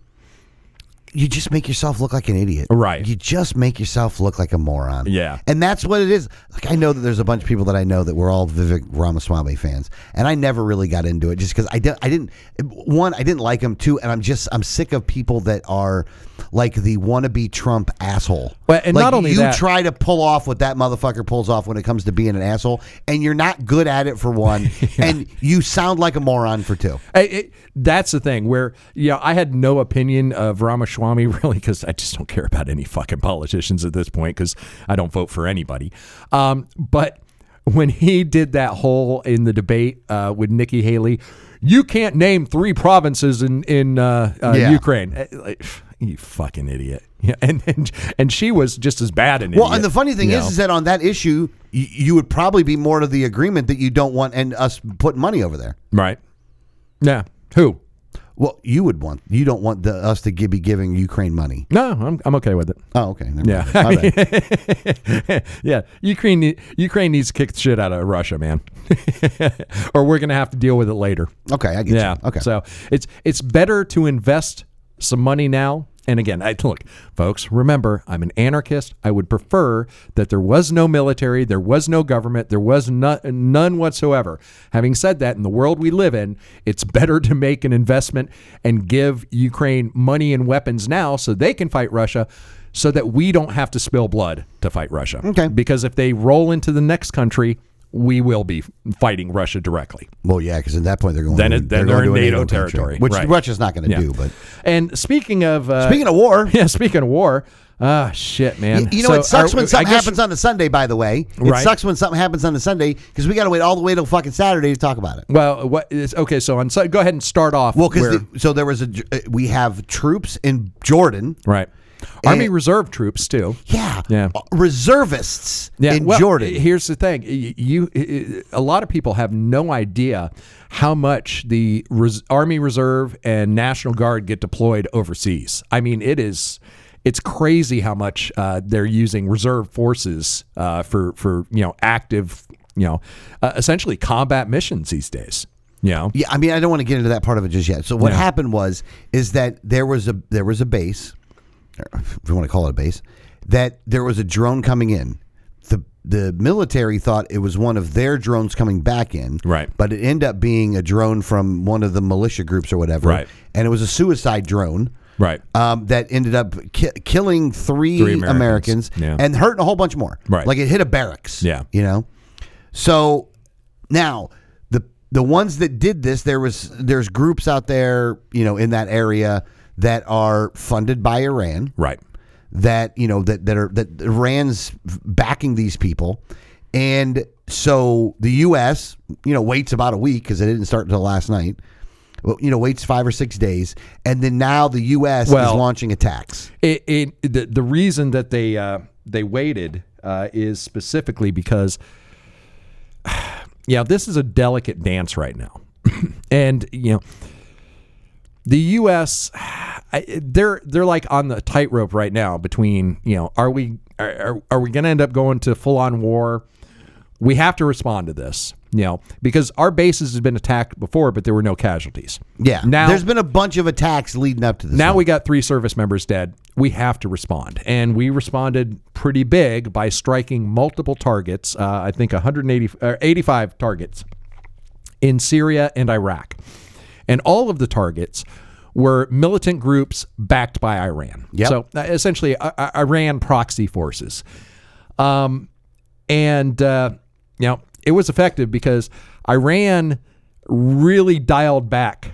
Speaker 1: you just make yourself look like an idiot.
Speaker 2: Right.
Speaker 1: You just make yourself look like a moron.
Speaker 2: Yeah.
Speaker 1: And that's what it is. Like I know that there's a bunch of people that I know that were all Vivek Ramaswamy fans, and I never really got into it just because I didn't. I didn't. One, I didn't like him. Two, and I'm just I'm sick of people that are like the wannabe Trump asshole.
Speaker 2: But- and
Speaker 1: Like,
Speaker 2: not only
Speaker 1: you
Speaker 2: that-
Speaker 1: try to pull off what that motherfucker pulls off when it comes to being an asshole, and you're not good at it for
Speaker 2: (laughs)
Speaker 1: one, and you sound like a moron for two.
Speaker 2: I- it- that's the thing where you know, I had no opinion of Ramaswamy (laughs) really because I just don't care about any fucking politicians at this point because I don't vote for anybody. Um, but when he did that whole in the debate uh, with Nikki Haley, you can't name three provinces in in uh, uh,
Speaker 1: Yeah.
Speaker 2: Ukraine. Uh, like, (sighs) you fucking idiot. Yeah, (laughs) and, and and she was just as bad an idiot.
Speaker 1: Well, and the funny thing
Speaker 2: you
Speaker 1: is,
Speaker 2: know?
Speaker 1: is that on that issue, you, you would probably be more to the agreement that you don't want and us putting money over there.
Speaker 2: right? Yeah, who?
Speaker 1: Well, you would want you don't want the, us to gi- be giving Ukraine money.
Speaker 2: No, I'm I'm okay with it.
Speaker 1: Oh, okay. never
Speaker 2: Yeah.
Speaker 1: mind. My
Speaker 2: (laughs)
Speaker 1: bad.
Speaker 2: yeah, Ukraine ne- Ukraine needs to kick the shit out of Russia, man, (laughs) or we're gonna have to deal with it later.
Speaker 1: Okay, I get
Speaker 2: Yeah.
Speaker 1: you. Okay.
Speaker 2: So it's it's better to invest some money now. And again, I look, folks. Remember, I'm an anarchist. I would prefer that there was no military, there was no government, there was no, none whatsoever. Having said that, in the world we live in, it's better to make an investment and give Ukraine money and weapons now, so they can fight Russia, so that we don't have to spill blood to fight Russia.
Speaker 1: Okay.
Speaker 2: Because if they roll into the next country, we will be fighting Russia directly.
Speaker 1: well, yeah, because at that point they're going.
Speaker 2: Then
Speaker 1: to,
Speaker 2: it- then
Speaker 1: going
Speaker 2: they're
Speaker 1: to a
Speaker 2: in NATO
Speaker 1: country,
Speaker 2: territory.
Speaker 1: which
Speaker 2: Right.
Speaker 1: Russia's not going to
Speaker 2: Yeah.
Speaker 1: do. But
Speaker 2: And speaking of uh,
Speaker 1: speaking of war,
Speaker 2: (laughs) yeah, speaking of war, ah, shit, man.
Speaker 1: y- you know
Speaker 2: So
Speaker 1: it sucks
Speaker 2: are-
Speaker 1: when
Speaker 2: I
Speaker 1: something
Speaker 2: guess-
Speaker 1: happens on a Sunday. By the way, it
Speaker 2: Right.
Speaker 1: sucks when something happens on a Sunday because we got to wait all the way till fucking Saturday to talk about it.
Speaker 2: Well, what is okay? So on, so go ahead and start off.
Speaker 1: Well, because
Speaker 2: where-
Speaker 1: so there was a j- uh, we have troops in Jordan.
Speaker 2: right, Army
Speaker 1: and-
Speaker 2: Reserve troops too.
Speaker 1: Yeah.
Speaker 2: Yeah.
Speaker 1: Uh, Reservists in
Speaker 2: well,
Speaker 1: Jordan.
Speaker 2: Here's the thing: Y- you, y- a lot of people have no idea how much the res, Army Reserve and National Guard get deployed overseas. I mean, it is. It's crazy how much uh, they're using reserve forces uh, for for you know active you know uh, essentially combat missions these days. You know,
Speaker 1: yeah, I mean, I don't want to get into that part of it just yet. So what happened was is that there was a there was a base, or if you want to call it a base, that there was a drone coming in. The the military thought it was one of their drones coming back in.
Speaker 2: Right.
Speaker 1: But it ended up being a drone from one of the militia groups or whatever.
Speaker 2: Right.
Speaker 1: And it was a suicide drone.
Speaker 2: Right.
Speaker 1: Um, that ended up ki- killing three,
Speaker 2: Three
Speaker 1: Americans,
Speaker 2: Americans. Yeah.
Speaker 1: and hurting a whole bunch more.
Speaker 2: Right.
Speaker 1: Like it hit a barracks.
Speaker 2: Yeah.
Speaker 1: You know? So now the the ones that did this, there was there's groups out there, you know, in that area that are funded by Iran
Speaker 2: right.
Speaker 1: that you know that that are that Iran's backing these people, and so the U.S. you know waits about a week because it didn't start until last night. Well, You know, waits five or six days, and then now the U.S. is
Speaker 2: Well-
Speaker 1: launching attacks.
Speaker 2: It, it the, the reason that they uh, they waited uh, is specifically because (sighs) (laughs) yeah, this is a delicate dance right now, and you know the U.S. (sighs) I- they're they're like on the tightrope right now between you know are we are, are, are we going to end up going to full on war? We have to respond to this, you know, because our bases has been attacked before, but there were no casualties.
Speaker 1: Yeah.
Speaker 2: now
Speaker 1: there's been a bunch of attacks leading up to this.
Speaker 2: now
Speaker 1: one.
Speaker 2: we got three service members dead. We have to respond. And we responded pretty big by striking multiple targets, uh, I think 180, or 85 uh, targets in Syria and Iraq. And all of the targets were militant groups backed by Iran.
Speaker 1: Yep.
Speaker 2: So uh, essentially, I- I- Iran proxy forces. Um, and, uh, you know, it was effective because Iran really dialed back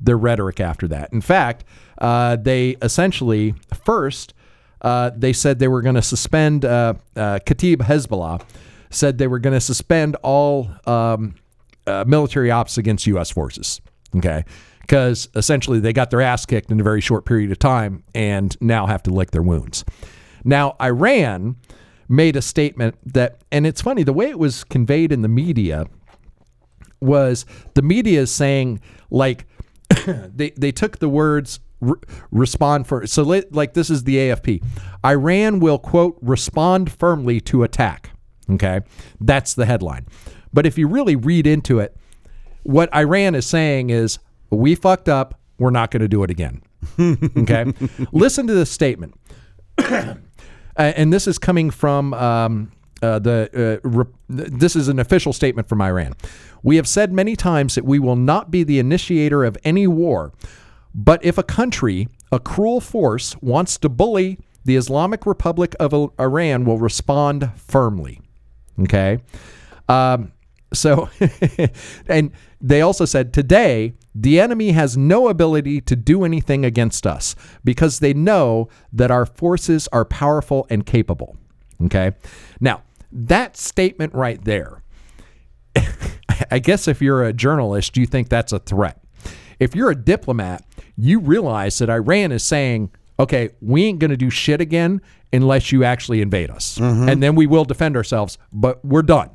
Speaker 2: their rhetoric after that. In fact, uh, they essentially first uh, they said they were going to suspend uh, uh, Khatib Hezbollah said they were going to suspend all um, uh, military ops against U.S. forces. Okay. Because essentially they got their ass kicked in a very short period of time and now have to lick their wounds. Now, Iran made a statement that, and it's funny, the way it was conveyed in the media was the media is saying, like, they, they took the words re- respond for, so li- like this is the AFP Iran will, quote, respond firmly to attack. Okay. That's the headline. But if you really read into it, what Iran is saying is, we fucked up. We're not going to do it again. (laughs) Okay. Listen to this statement. Uh, and this is coming from um, uh, the. Uh, rep- this is an official statement from Iran. We have said many times that we will not be the initiator of any war, but if a country, a cruel force, wants to bully, the Islamic Republic of I- Iran will respond firmly. Okay. Um, so, (laughs) and they also said today the enemy has no ability to do anything against us because they know that our forces are powerful and capable. Okay. Now, that statement right there, I guess if you're a journalist, you think that's a threat. If you're a diplomat, you realize that Iran is saying, okay, we ain't going to do shit again unless you actually invade us. And then we will defend ourselves, but we're done.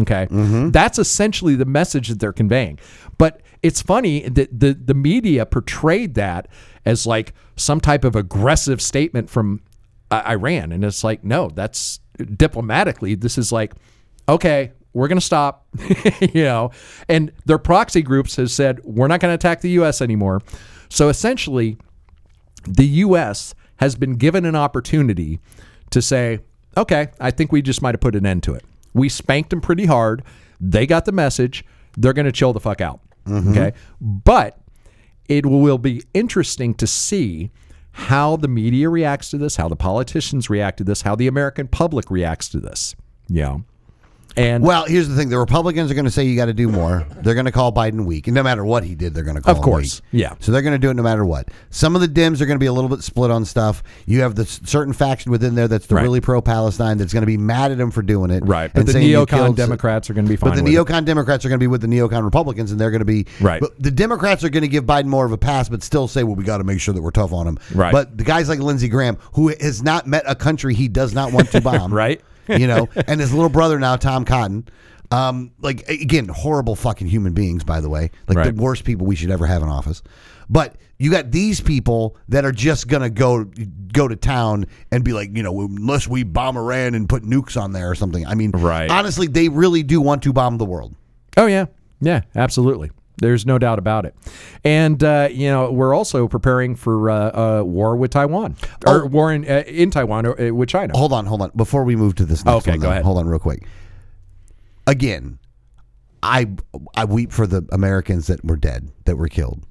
Speaker 2: Okay. That's essentially the message that they're conveying. But it's funny that the, the media portrayed that as like some type of aggressive statement from I- Iran. And it's like, no, that's diplomatically, this is like, okay, we're going to stop, (laughs) you know. And their proxy groups have said, we're not going to attack the U.S. anymore. So essentially, the U.S. has been given an opportunity to say, okay, I think we just might have put an end to it. We spanked them pretty hard. They got the message. They're going to chill the fuck out.
Speaker 1: Mm-hmm.
Speaker 2: Okay. But it will be interesting to see how the media reacts to this, how the politicians react to this, how the American public reacts to this. Yeah. And
Speaker 1: Well, here's the thing: the Republicans are going to say you got to do more. They're going to call Biden weak, and no matter what he did, they're going to call
Speaker 2: Of
Speaker 1: him
Speaker 2: course.
Speaker 1: weak.
Speaker 2: Yeah.
Speaker 1: So they're going to do it no matter what. Some of the Dems are going to be a little bit split on stuff. You have the s- certain faction within there that's the
Speaker 2: Right.
Speaker 1: really pro Palestine that's going to be mad at him for doing it,
Speaker 2: right. But
Speaker 1: and
Speaker 2: the
Speaker 1: saying you
Speaker 2: neocon
Speaker 1: killed-
Speaker 2: Democrats are going to be fine.
Speaker 1: But the
Speaker 2: with it.
Speaker 1: neocon Democrats are going to be with the neocon Republicans, and they're going to be
Speaker 2: Right.
Speaker 1: But the Democrats are going to give Biden more of a pass, but still say, "Well, we got to make sure that we're tough on him."
Speaker 2: Right.
Speaker 1: But the guys like Lindsey Graham, who has not met a country he does not want
Speaker 2: (laughs)
Speaker 1: to bomb,
Speaker 2: Right.
Speaker 1: you know, (laughs) and his little brother now, Tom Cotton. Um, like again, horrible fucking human beings, by the way. Like
Speaker 2: Right.
Speaker 1: the worst people we should ever have in office. But you got these people that are just gonna go go to town and be like, you know, unless we bomb Iran and put nukes on there or something. I mean,
Speaker 2: Right.
Speaker 1: honestly, they really do want to bomb the world.
Speaker 2: Oh yeah, yeah, absolutely. There's no doubt about it. And uh, you know, we're also preparing for uh, uh, war with Taiwan or
Speaker 1: Oh.
Speaker 2: war in, uh, in Taiwan or, uh, with China.
Speaker 1: Hold on, hold on. Before we move to this next
Speaker 2: Okay,
Speaker 1: one,
Speaker 2: go
Speaker 1: though,
Speaker 2: ahead.
Speaker 1: Hold on, real quick. Again, I I weep for the Americans that were dead, that were killed,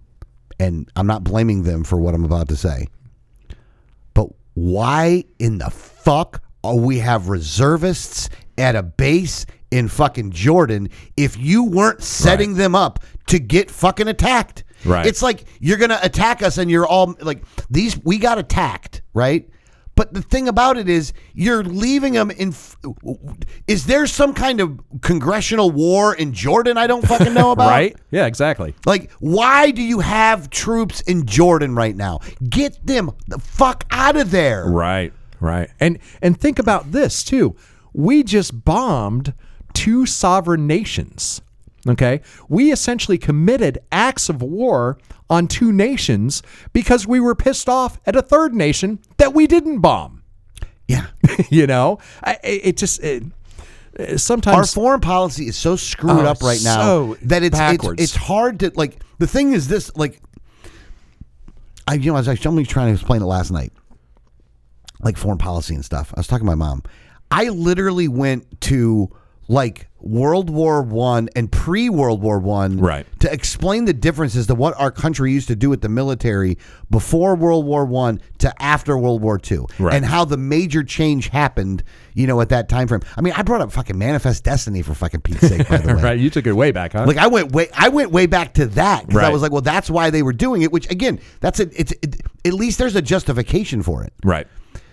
Speaker 1: and I'm not blaming them for what I'm about to say. But why in the fuck are we have reservists at a base in fucking Jordan if you weren't setting them up to get fucking attacked?
Speaker 2: Right.
Speaker 1: It's like you're gonna attack us and you're all like these we got attacked, right? But the thing about it is you're leaving them in f- is there some kind of congressional war in Jordan I don't fucking know about?
Speaker 2: Right? Yeah, exactly.
Speaker 1: Like, why do you have troops in Jordan right now? Get them the fuck out of there.
Speaker 2: Right, right. And and think about this too. We just bombed two sovereign nations. Okay. We essentially committed acts of war on two nations because we were pissed off at a third nation that we didn't bomb.
Speaker 1: Yeah.
Speaker 2: (laughs) you know, I, it it just it, uh, sometimes
Speaker 1: Our foreign policy is so screwed
Speaker 2: Oh,
Speaker 1: up right now
Speaker 2: so
Speaker 1: that it's, it's
Speaker 2: backwards.
Speaker 1: it's hard to like. The thing is this like, I you know I was actually only trying to explain it last night, like foreign policy and stuff. I was talking to my mom. I literally went to like World War One and pre World War One
Speaker 2: Right.
Speaker 1: to explain the differences to what our country used to do with the military before World War One to after World War Two,
Speaker 2: Right.
Speaker 1: and how the major change happened. You know, at that time frame. I mean, I brought up fucking Manifest Destiny for fucking Pete's sake.
Speaker 2: (laughs)
Speaker 1: By the way,
Speaker 2: right. You took it way back, huh?
Speaker 1: like I went way, I went way back to that because I
Speaker 2: Right.
Speaker 1: was like, well, that's why they were doing it. Which again, that's a, it's it, at least there's a justification for it.
Speaker 2: right.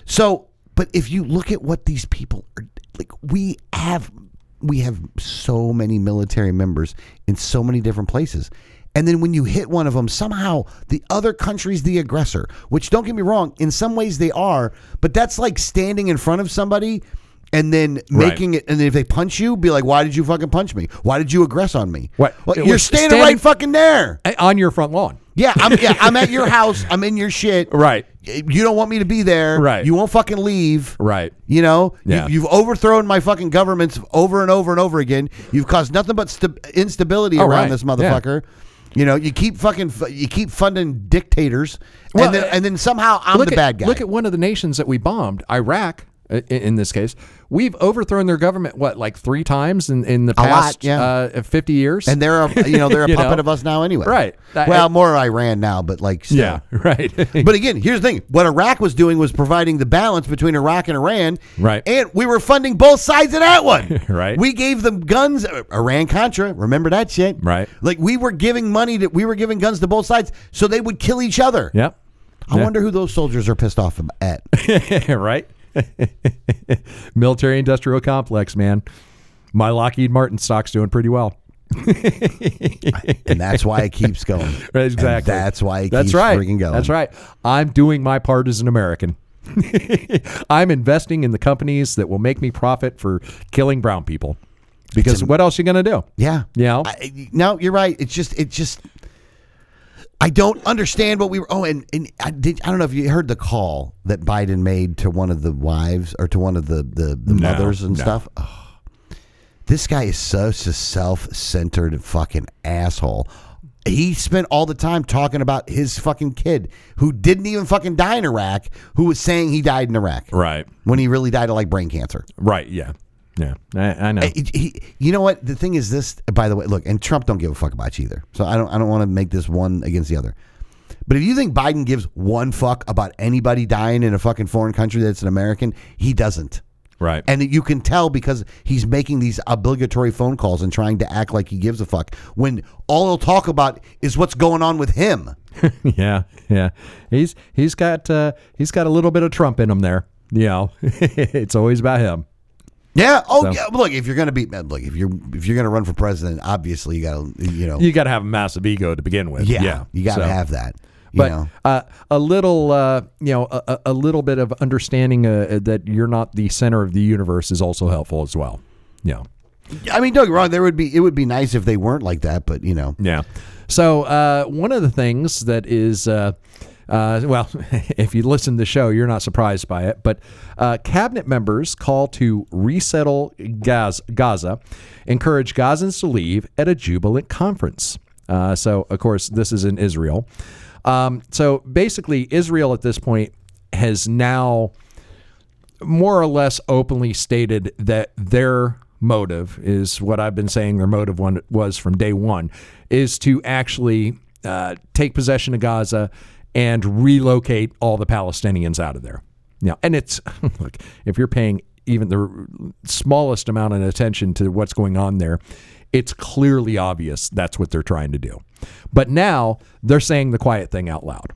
Speaker 1: So, but if you look at what these people are like, we have we have so many military members in so many different places. And then when you hit one of them, somehow the other country's the aggressor, which don't get me wrong, in some ways they are, but that's like standing in front of somebody and then
Speaker 2: Right.
Speaker 1: making it and then if they punch you, be like, Why did you fucking punch me? Why did you aggress on me?
Speaker 2: What-
Speaker 1: Well,
Speaker 2: it
Speaker 1: you're
Speaker 2: was
Speaker 1: standing,
Speaker 2: standing-
Speaker 1: right fucking there.
Speaker 2: A- On your front lawn.
Speaker 1: Yeah, I'm
Speaker 2: (laughs)
Speaker 1: yeah, I'm at your house, I'm in your shit.
Speaker 2: Right.
Speaker 1: You don't want me to be there.
Speaker 2: Right.
Speaker 1: You won't fucking leave.
Speaker 2: Right.
Speaker 1: You know,
Speaker 2: Yeah.
Speaker 1: you, have overthrown my fucking governments over and over and over again. You've caused nothing but st- instability
Speaker 2: Oh,
Speaker 1: around
Speaker 2: right.
Speaker 1: this
Speaker 2: Yeah.
Speaker 1: motherfucker. You know, you keep fucking, f- you keep funding dictators,
Speaker 2: Well,
Speaker 1: and then
Speaker 2: uh,
Speaker 1: and then somehow I'm
Speaker 2: look
Speaker 1: the
Speaker 2: at,
Speaker 1: bad guy.
Speaker 2: Look at one of the nations that we bombed, Iraq. uh, i- In this case, we've overthrown their government what like three times in, in the
Speaker 1: lot,
Speaker 2: past
Speaker 1: yeah.
Speaker 2: uh, fifty years.
Speaker 1: and they're a, you know they're a
Speaker 2: (laughs) You
Speaker 1: puppet
Speaker 2: know?
Speaker 1: of us now anyway.
Speaker 2: Right. I-
Speaker 1: well,
Speaker 2: I-
Speaker 1: more Iran now, but like still.
Speaker 2: yeah, (laughs) right.
Speaker 1: But again, here's the thing: what Iraq was doing was providing the balance between Iraq and Iran,
Speaker 2: Right.
Speaker 1: And we were funding both sides of that one,
Speaker 2: (laughs) Right.
Speaker 1: We gave them guns, Iran Contra. Remember that shit,
Speaker 2: Right.
Speaker 1: Like we were giving money to, we were giving guns to both sides, so they would kill each other.
Speaker 2: yep. (laughs)
Speaker 1: I wonder who those soldiers are pissed off at.
Speaker 2: right. (laughs) Military industrial complex, man. My Lockheed Martin stock's doing pretty well.
Speaker 1: and that's why it keeps going.
Speaker 2: (laughs) Right,
Speaker 1: And
Speaker 2: exactly.
Speaker 1: that's why it
Speaker 2: that's
Speaker 1: keeps
Speaker 2: right.
Speaker 1: freaking going.
Speaker 2: That's right. I'm doing my part as an American. (laughs) I'm investing in the companies that will make me profit for killing brown people. Because what else you gonna do?
Speaker 1: Yeah.
Speaker 2: You know?
Speaker 1: I, no, you're right. It's just, it just, I don't understand what we were. Oh, and, and I did. I don't know if you heard the call that Biden made to one of the wives or to one of the the, the
Speaker 2: No,
Speaker 1: mothers and
Speaker 2: no.
Speaker 1: stuff. Oh, this guy is such a self-centered fucking asshole. He spent all the time talking about his fucking kid who didn't even fucking die in Iraq, who was saying he died in Iraq
Speaker 2: Right.
Speaker 1: when he really died of like brain cancer.
Speaker 2: Right. Yeah. Yeah. I, I know.
Speaker 1: He- he- you know what? The thing is, this. By the way, look, and Trump don't give a fuck about you either. So I don't. I don't want to make this one against the other. But if you think Biden gives one fuck about anybody dying in a fucking foreign country that's an American, he doesn't.
Speaker 2: right.
Speaker 1: And you can tell because he's making these obligatory phone calls and trying to act like he gives a fuck when all he'll talk about is what's going on with him.
Speaker 2: (laughs) yeah. Yeah. He's he's got uh, he's got a little bit of Trump in him there. You know. (laughs) it's always about him.
Speaker 1: Yeah. Oh,
Speaker 2: So-
Speaker 1: yeah. Look, if you're gonna be look, if you're if you're gonna run for president, obviously you gotta you know
Speaker 2: You gotta have a massive ego to begin with.
Speaker 1: yeah,
Speaker 2: Yeah.
Speaker 1: you gotta
Speaker 2: So-
Speaker 1: have that. You
Speaker 2: but
Speaker 1: know.
Speaker 2: uh, a little, uh, you know, a, a- a little bit of understanding uh, that you're not the center of the universe is also helpful as well. Yeah,
Speaker 1: I mean, don't get me wrong. There would be it would be nice if they weren't like that, but you know,
Speaker 2: yeah. So uh, one of the things that is, uh, uh, well, (laughs) if you listen to the show, you're not surprised by it, but uh, cabinet members call to resettle Gaz- Gaza, encourage Gazans to leave at a jubilant conference. Uh, so, of course, this is in Israel. Um, so basically, Israel at this point has now more or less openly stated that their motive is what I've been saying their motive one was from day one is to actually uh, take possession of Gaza and relocate all the Palestinians out of there. Now, and it's (laughs) look if you're paying even the smallest amount of attention to what's going on there, it's clearly obvious that's what they're trying to do. But now they're saying the quiet thing out loud.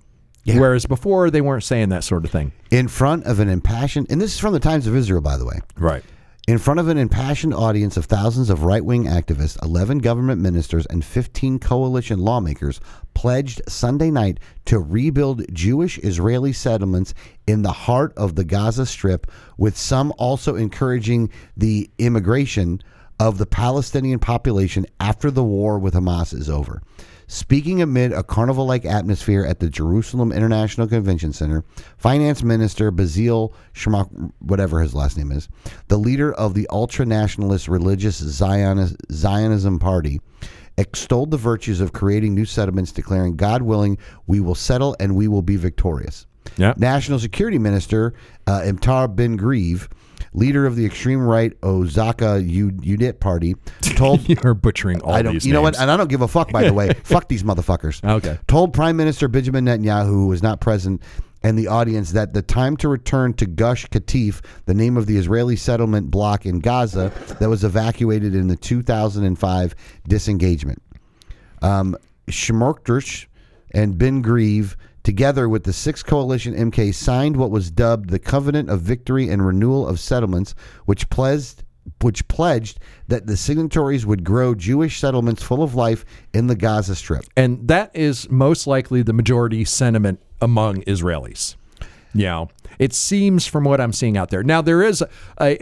Speaker 2: Whereas before they weren't saying that sort of thing.
Speaker 1: in front of an impassioned, and this is from the Times of Israel, by the way.
Speaker 2: Right.
Speaker 1: In front of an impassioned audience of thousands of right wing activists, 11 government ministers, and 15 coalition lawmakers pledged Sunday night to rebuild Jewish Israeli settlements in the heart of the Gaza Strip, with some also encouraging the immigration of the Palestinian population after the war with Hamas is over. Speaking amid a carnival like atmosphere at the Jerusalem International Convention Center, Finance Minister Bazil Shmach, whatever his last name is, the leader of the ultra nationalist religious Zionist, Zionism Party, extolled the virtues of creating new settlements, declaring, God willing, we will settle and we will be victorious.
Speaker 2: Yeah.
Speaker 1: National Security Minister uh, Imtar Ben Grieve, leader of the extreme right Osaka U- Unit
Speaker 2: (laughs)
Speaker 1: Party, told
Speaker 2: You're butchering all
Speaker 1: I don't.
Speaker 2: these
Speaker 1: You know what?
Speaker 2: names.
Speaker 1: And I don't give a fuck. By the
Speaker 2: (laughs)
Speaker 1: way, fuck these motherfuckers.
Speaker 2: Okay.
Speaker 1: Told Prime Minister Benjamin Netanyahu, who was not present, and the audience that the time to return to Gush Katif, the name of the Israeli settlement block in Gaza that was evacuated in the 2005 disengagement. Um, Shmorkdrish and Ben Grieve, together with the Six Coalition MK, signed what was dubbed the Covenant of Victory and Renewal of Settlements, which pledged which pledged that the signatories would grow Jewish settlements full of life in the Gaza Strip.
Speaker 2: and that is most likely the majority sentiment among Israelis. Yeah, it seems from what I'm seeing out there. Now there is a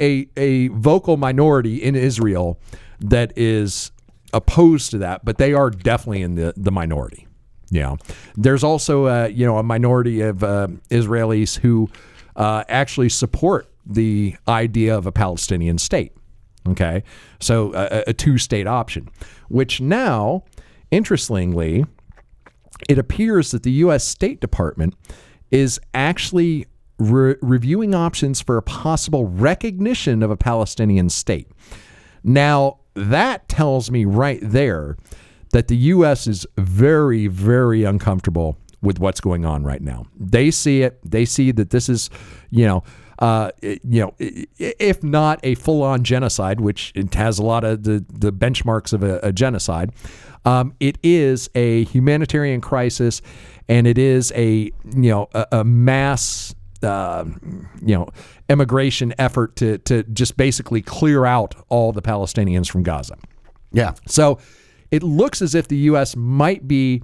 Speaker 2: a, a vocal minority in Israel that is opposed to that, but they are definitely in the the minority. Yeah, there's also uh, you know a minority of uh, Israelis who uh, actually support the idea of a Palestinian state. Okay, so a, a- a two state option, which now, interestingly, it appears that the U.S. State Department is actually re- reviewing options for a possible recognition of a Palestinian state. Now, that tells me right there that the U.S. is very, very uncomfortable with what's going on right now. They see it. They see that this is, you know, uh, it- you know, i- i- if not a full-on genocide, which it has a lot of the the benchmarks of a, a genocide, um, it is a humanitarian crisis, and it is a you know a, a mass uh, you know immigration effort to to just basically clear out all the Palestinians from Gaza.
Speaker 1: Yeah.
Speaker 2: So it looks as if the U.S. might be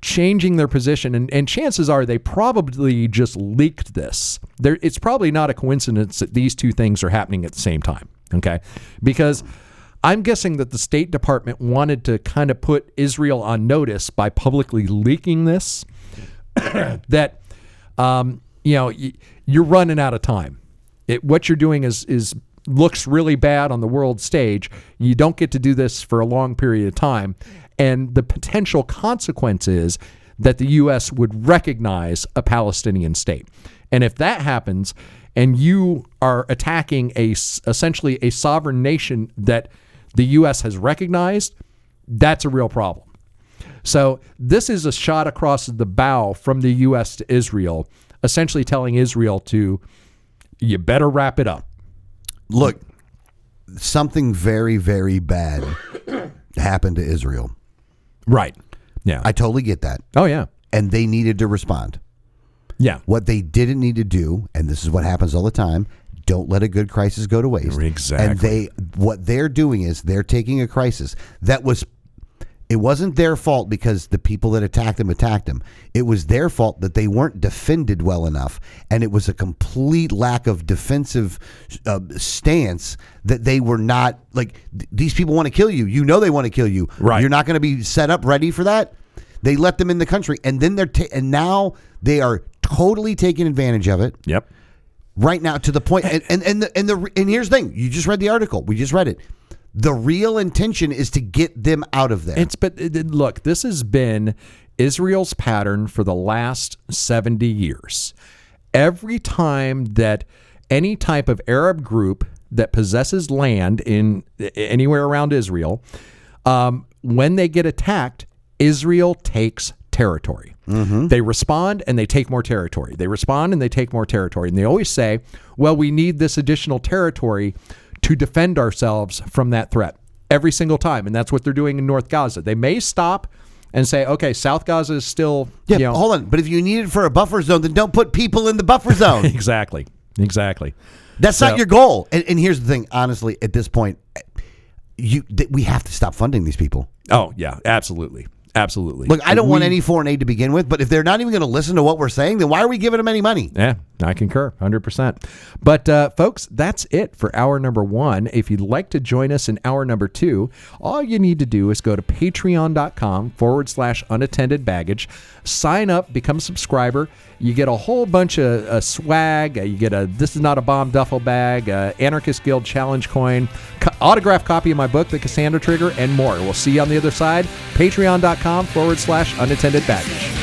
Speaker 2: changing their position, and, and chances are they probably just leaked this. There, it's probably not a coincidence that these two things are happening at the same time. Okay, because I'm guessing that the State Department wanted to kind of put Israel on notice by publicly leaking this. that um, you know y- you're running out of time. It, what you're doing is is looks really bad on the world stage. You don't get to do this for a long period of time, and the potential consequence is that the U.S. would recognize a Palestinian state, and if that happens, and you are attacking a s- essentially a sovereign nation that the U.S. has recognized, that's a real problem. So this is a shot across the bow from the U.S. to Israel, essentially telling Israel to, you better wrap it up.
Speaker 1: Look, something very, very bad (coughs) happened to Israel.
Speaker 2: Right. Yeah.
Speaker 1: I totally get that.
Speaker 2: oh yeah.
Speaker 1: And they needed to respond.
Speaker 2: Yeah.
Speaker 1: What they didn't need to do, and this is what happens all the time, don't let a good crisis go to waste.
Speaker 2: Exactly.
Speaker 1: And they, what they're doing is they're taking a crisis that was, it wasn't their fault because the people that attacked them attacked them. It was their fault that they weren't defended well enough, and it was a complete lack of defensive uh, stance that they were not like th- these people want to kill you. You know they want to kill you.
Speaker 2: Right.
Speaker 1: You're not going to be set up ready for that. They let them in the country, and then they're ta- and now they are totally taking advantage of it
Speaker 2: Yep.
Speaker 1: right now to the point and and and the, and the and here's the thing you just read the article we just read it the real intention is to get them out of there
Speaker 2: It's but it- it- look, this has been Israel's pattern for the last 70 years. Every time that any type of Arab group that possesses land in anywhere around Israel, um, when they get attacked, Israel takes territory.
Speaker 1: Mm-hmm.
Speaker 2: They respond and they take more territory. They respond and they take more territory. And they always say, well, we need this additional territory to defend ourselves from that threat every single time. And that's what they're doing in North Gaza. They may stop and say, okay, South Gaza is still,
Speaker 1: yeah
Speaker 2: you know,
Speaker 1: hold on but if you need it for a buffer zone then don't put people in the buffer
Speaker 2: (laughs)
Speaker 1: zone
Speaker 2: (laughs) exactly. Exactly.
Speaker 1: that's not your goal and, and here's the thing honestly at this point you th- we have to stop funding these people
Speaker 2: Oh, yeah, absolutely. Absolutely.
Speaker 1: look i don't want
Speaker 2: We-
Speaker 1: any foreign aid to begin with but if they're not even going to listen to what we're saying then why are we giving them any money
Speaker 2: Yeah, I concur, 100%. But, uh, folks, that's it for hour number one. If you'd like to join us in hour number two, all you need to do is go to patreon.com forward slash unattended baggage, sign up, become a subscriber. You get a whole bunch of uh, swag. Uh, You get a This Is Not a Bomb duffel bag, uh, Anarchist Guild challenge coin, co- autographed copy of my book, The Cassandra Trigger, and more. We'll see you on the other side. Patreon.com forward slash unattended baggage.